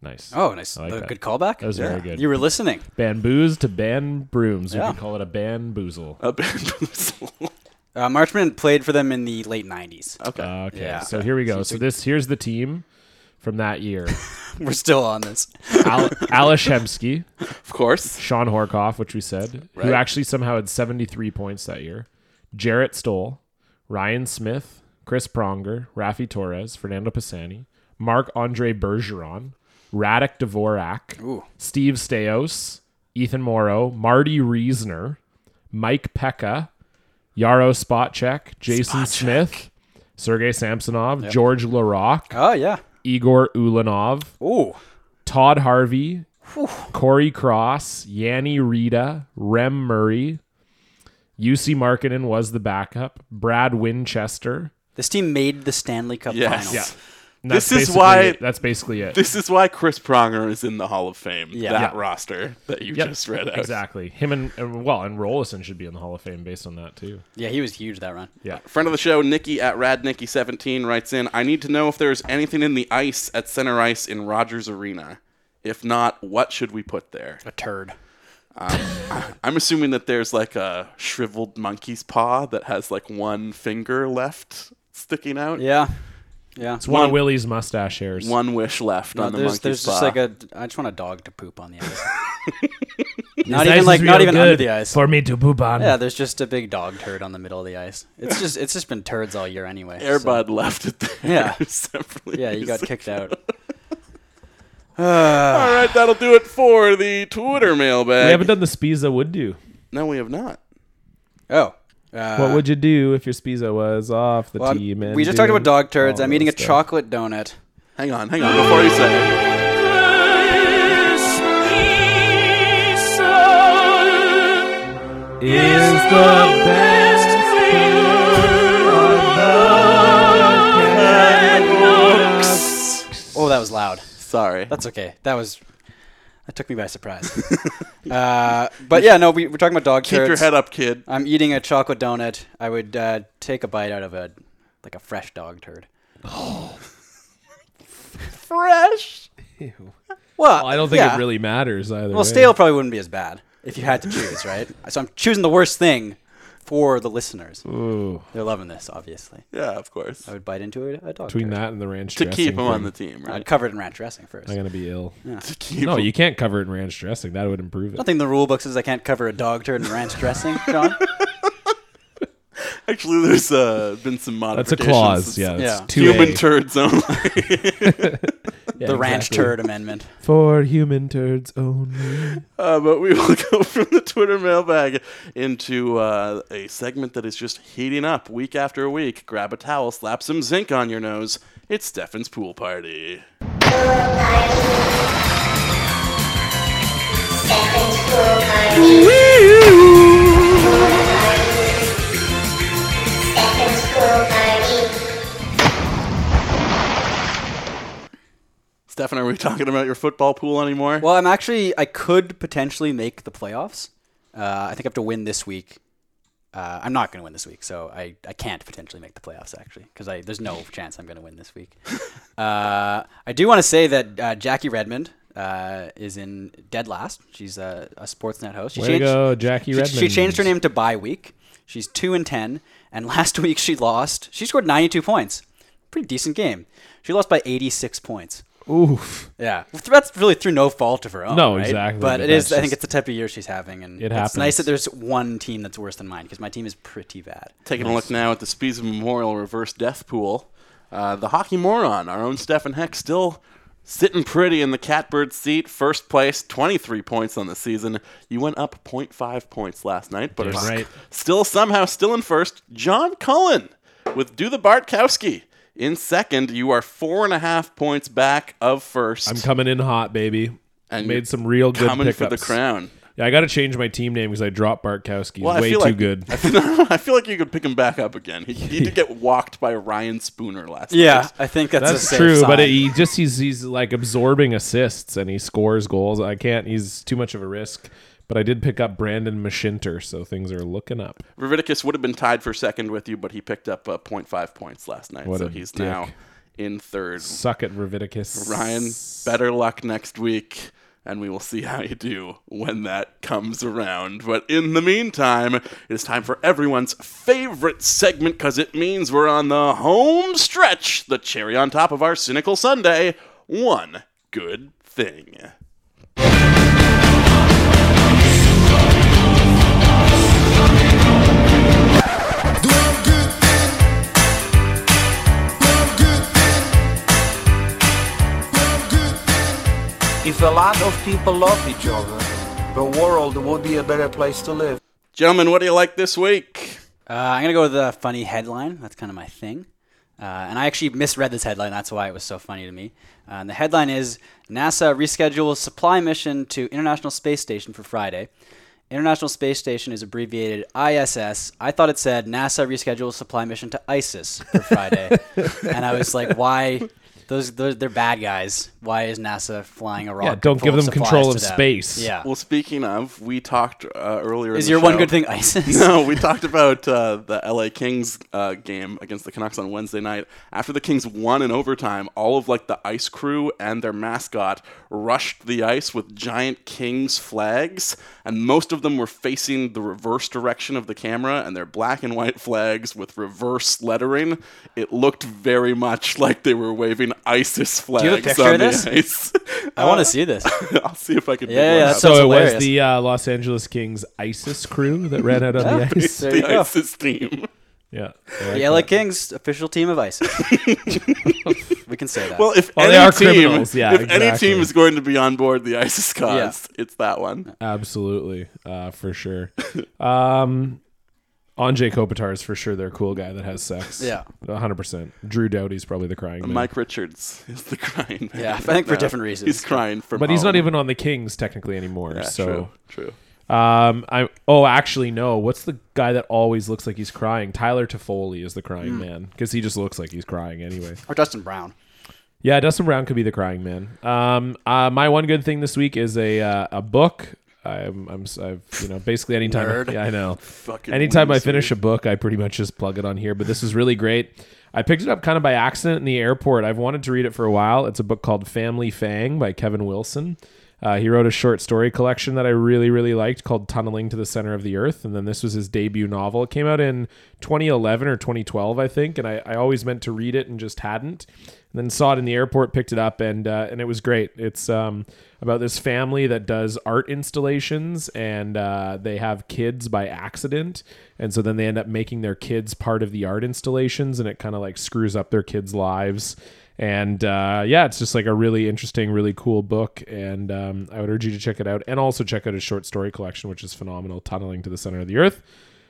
nice. Oh, nice. I like Uh, that. Good callback. That was very good. You were listening. Ban booze to ban brooms. We Yeah. can call it a ban boozle. A bamboozle. Uh, Marchman played for them in the late '90s. okay. Okay, Yeah. so here we go. So this here's the team from that year: We're still on this. Al- Alish Hemsky, of course. Sean Horkoff, which we said, who Right. actually somehow had 73 points that year, Jarrett Stoll, Ryan Smith, Chris Pronger, Rafi Torres, Fernando Pisani, Marc Andre Bergeron, Radek Dvorak, Steve Steos, Ethan Morrow, Marty Reisner, Mike Pekka, Yaro Spotcheck, Jason Smith, Sergei Samsonov, George LaRock, Oh yeah. Igor Ulanov, Ooh. Todd Harvey, Corey Cross, Yanni Rita, Rem Murray, UC Markinen was the backup, Brad Winchester. This team made the Stanley Cup Yes. Finals. Yeah. And that's This is basically why- it. that's basically it. This is why Chris Pronger is in the Hall of Fame. Yeah. That Yeah. roster that you Yep, just read out. Exactly. Him and, and well, and Rollison should be in the Hall of Fame based on that too. Yeah, he was huge that run. Friend of the show, Nikki at RadNikki17 writes in I need to know if there's anything in the ice at center ice in Rogers Arena. If not, what should we put there? A turd. I'm assuming that there's like a shriveled monkey's paw that has like one finger left sticking out. Yeah. Yeah. It's one, of Willie's mustache hairs. One wish left on the Uh, there's monkey's there's paw. just like a. I just want a dog to poop on the ice. His not ice even is like not real even under good the ice. for me to poop on. Yeah, there's just a big dog turd on the middle of the ice. It's just it's just been turds all year anyway. so- Airbud left it there. Yeah. separately. Yeah, you got kicked out. All right, that'll do it for the Twitter mailbag. we haven't done the Spiza would do. no, we have not. Oh. Uh, what would you do if your Spiza was off the well, I'm- team? and we just talked doing about dog turds. all I'm eating a that stuff? chocolate donut. Hang on, hang on. Before you say it, Is the best Oh, that was loud. sorry. That's okay. That was that took me by surprise. uh, but yeah, no, we, we're talking about dog Keep turds. your head up, kid. I'm eating a chocolate donut. I would uh, take a bite out of a like a fresh dog turd. Fresh. Well, I don't think yeah. it really matters either. Well, way. stale probably wouldn't be as bad if you had to choose, right? So I'm choosing the worst thing for the listeners. Ooh, They're loving this, obviously. Yeah, of course. I Oh, would bite into a, a dog between turd. that and the ranch To dressing keep him on the thing, team, I'd right? cover it in ranch dressing first. I'm gonna be ill. To keep No, him- you can't cover it in ranch dressing. That would improve I don't it. think the rule book says I can't cover a dog turd in ranch dressing, John. Actually, there's uh, been some That's a modifications. clause. Yeah, yeah. it's two Human turds only. the ranch turd amendment. for human turds only. Uh, but we will go from the Twitter mailbag into uh, a segment that is just heating up week after week. Grab a towel, slap some zinc on your nose. It's Stefan's pool party. Stefan, are we talking about your football pool anymore? Well, I'm actually I could potentially make the playoffs. Uh, I think I have to win this week. Uh, I'm not going to win this week, so I, I can't potentially make the playoffs actually because I there's no chance I'm going to win this week. uh, I do want to say that uh, Jackie Redmond uh, is in dead last. She's a, a Sportsnet host. She Way to go, Jackie she- She Redmond. changed her name to Bye Week. She's two and ten, and last week she lost. She scored 92 points. Pretty decent game. She lost by 86 points. Oof. Yeah, Well, th- that's really through no fault of her own. No, right? exactly, But, but it is. that's I think just- it's the type of year she's having, and It it's nice happens. that there's one team that's worse than mine because my team is pretty bad. Taking a look now at the Speeds of Memorial reverse death pool. Uh, the hockey moron, our own Stefan Heck, still sitting pretty in the catbird seat. First place, 23 points on the season. You went up 0.5 points last night, but are Damn s- right. still somehow still in first. John Cullen with Do the Bartkowski in second. You are four and a half points back of 1st I'm coming in hot, baby. And you're made some real good coming pickups. for the crown. Yeah, I got to change my team name because I dropped Bartkowski. Well, I Way feel too like- good. I feel, I feel like you could pick him back up again. He, he did get walked by Ryan Spooner last Yeah, night. I think that's, a That's safe true, but sign. it, he just he's he's like absorbing assists and he scores goals. I can't. He's too much of a risk. But I did pick up Brandon Machinter, so things are looking up. Raviticus would have been tied for second with you, but he picked up uh, 0.5 points last night, What so a he's dick. now in third. Suck it, Raviticus. Ryan, better luck next week, and we will see how you do when that comes around. But in the meantime, it is time for everyone's favorite segment because it means we're on the home stretch, the cherry on top of our cynical Sunday. One good thing. If a lot of people love each other, the world would be a better place to live. Gentlemen, what do you like this week? Uh, I'm gonna go with the funny headline. That's kind of my thing. Uh, and I actually misread this headline. That's why it was so funny to me. Uh, and the headline is NASA reschedules supply mission to International Space Station for Friday. International Space Station is abbreviated ISS. I thought it said NASA reschedules supply mission to ISIS for Friday. and I was like, why? Those, those they're bad guys. Why is NASA flying a rocket? don't full give them supplies control to of them? space. Yeah. Well, speaking of, we talked uh, earlier. in is the your one show- good thing ISIS? No, we talked about uh, the LA Kings uh, game against the Canucks on Wednesday night. After the Kings won in overtime, all of like the ice crew and their mascot rushed the ice with giant Kings flags, and most of them were facing the reverse direction of the camera, and they're black and white flags with reverse lettering. It looked very much like they were waving ISIS flags you have a picture on of this? the ice. I want to see this. I'll see if I can. dig Yeah, one yeah, up. that's So Sounds it hilarious. was the uh, Los Angeles Kings ISIS crew that ran out on the ice. There you the go. ISIS team. Yeah. The LA Kings official team of ISIS. we can say that. Well, if Well, any Oh, they are team, criminals, yeah, if any exactly. team is going to be on board the ISIS cause, it's that one. Absolutely, uh, for sure. um, Anjay Kopitar is for sure their cool guy that has sex. Yeah. hundred percent. Drew Doughty's probably the crying man. Mike Richards is the crying man. Yeah, I think for right now. different reasons. He's crying for, but he's not even on the Kings technically anymore. so, true. um, I oh actually no. What's the guy that always looks like he's crying? Tyler Toffoli is the crying man because he just looks like he's crying anyway. or Dustin Brown. Yeah, Dustin Brown could be the crying man. Um, uh, my one good thing this week is a uh, a book. I'm, I'm s- I've you know basically anytime yeah I know Fucking anytime I loser. finish a book I pretty much just plug it on here. But this is really great. I picked it up kind of by accident in the airport. I've wanted to read it for a while. It's a book called Family Fang by Kevin Wilson. Uh, he wrote a short story collection that I really really liked called Tunneling to the Center of the Earth, and then this was his debut novel. It came out in 2011 or 2012 I think, and I, I always meant to read it and just hadn't and then saw it in the airport, picked it up, and uh, and it was great. It's um, about this family that does art installations, and uh, they have kids by accident, and so then they end up making their kids part of the art installations, and it kind of like screws up their kids' lives. And uh, yeah, it's just like a really interesting, really cool book, and um, I would urge you to check it out, and also check out his short story collection, which is phenomenal, "Tunneling to the Center of the Earth."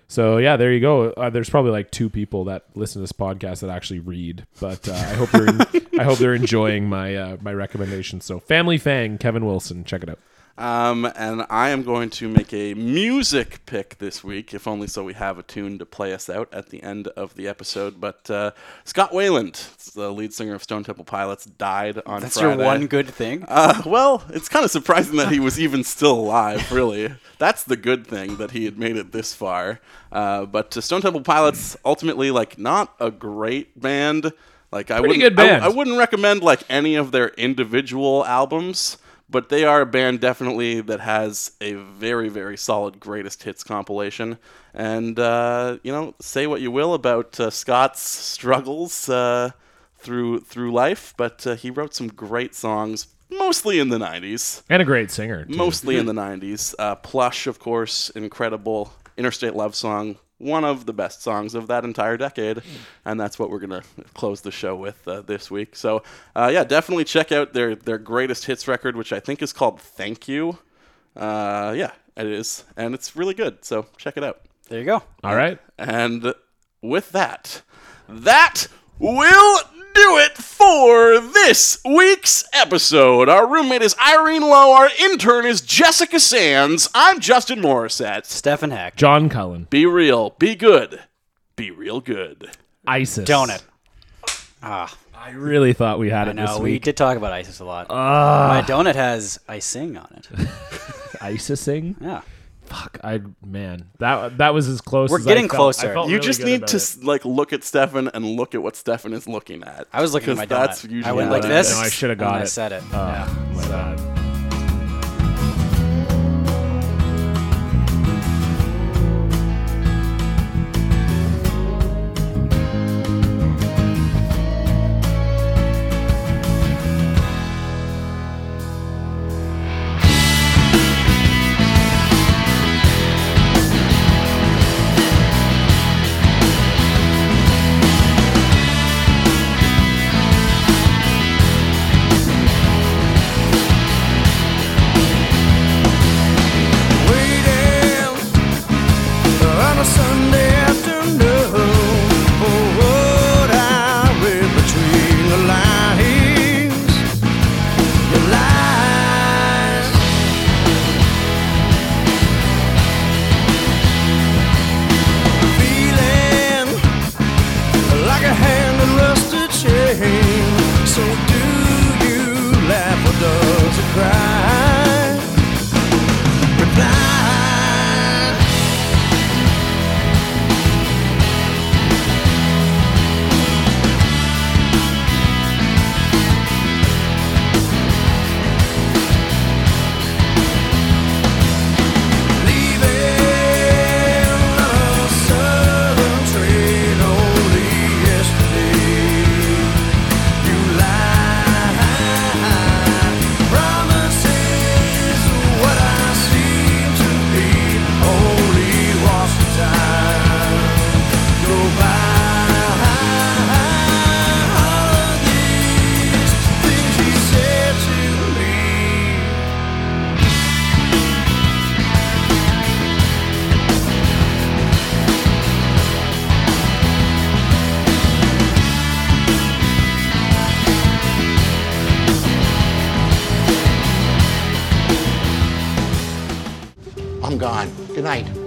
So yeah, there you go. Uh, there's probably like two people that listen to this podcast that actually read, but uh, I hope they're I hope they're enjoying my uh, my recommendation. So Family Fang, Kevin Wilson, check it out. Um, and I am going to make a music pick this week, if only so we have a tune to play us out at the end of the episode. But uh, Scott Wayland, the lead singer of Stone Temple Pilots, died on That's Friday. your one good thing. Uh, well, it's kind of surprising that he was even still alive, really. That's the good thing that he had made it this far. Uh, but uh, Stone Temple Pilots, ultimately, like, not a great band. Like, I wouldn't, good band. I, I wouldn't recommend like any of their individual albums, but they are a band definitely that has a very, very solid greatest hits compilation. And uh, you know, say what you will about uh, Scott's struggles. Uh, through through life, but uh, he wrote some great songs, mostly in the '90s. And a great singer. too. Mostly in the '90s. Uh, Plush, of course, incredible interstate love song, one of the best songs of that entire decade, and that's what we're gonna close the show with uh, this week. So, uh, yeah, definitely check out their their greatest hits record, which I think is called "Thank You." Uh, yeah, it is, and it's really good. So check it out. There you go. All right. And with that, that will do it for this week's episode. Our roommate is Irene Lowe. Our intern is Jessica Sands. I'm Justin Morissette. Stefan Heck. John Cullen, Be real. Be good. Be real good. ISIS. Donut. Ah, I really thought we had I it this know. We week. did talk about ISIS a lot. My donut has I sing on it. ISISing. Yeah. Fuck. I man, that that was as close. We're as getting I felt. closer. I felt You really just good need about to it. s like look at Stefan and look at what Stefan is looking at. I was looking at 'Cause my donut. That's usually I went what like it this. No, I should have and then got I it. said it. Oh, yeah. my bad. Thank So do you laugh or does it cry? Reply. Thank you I'm gone. Good night.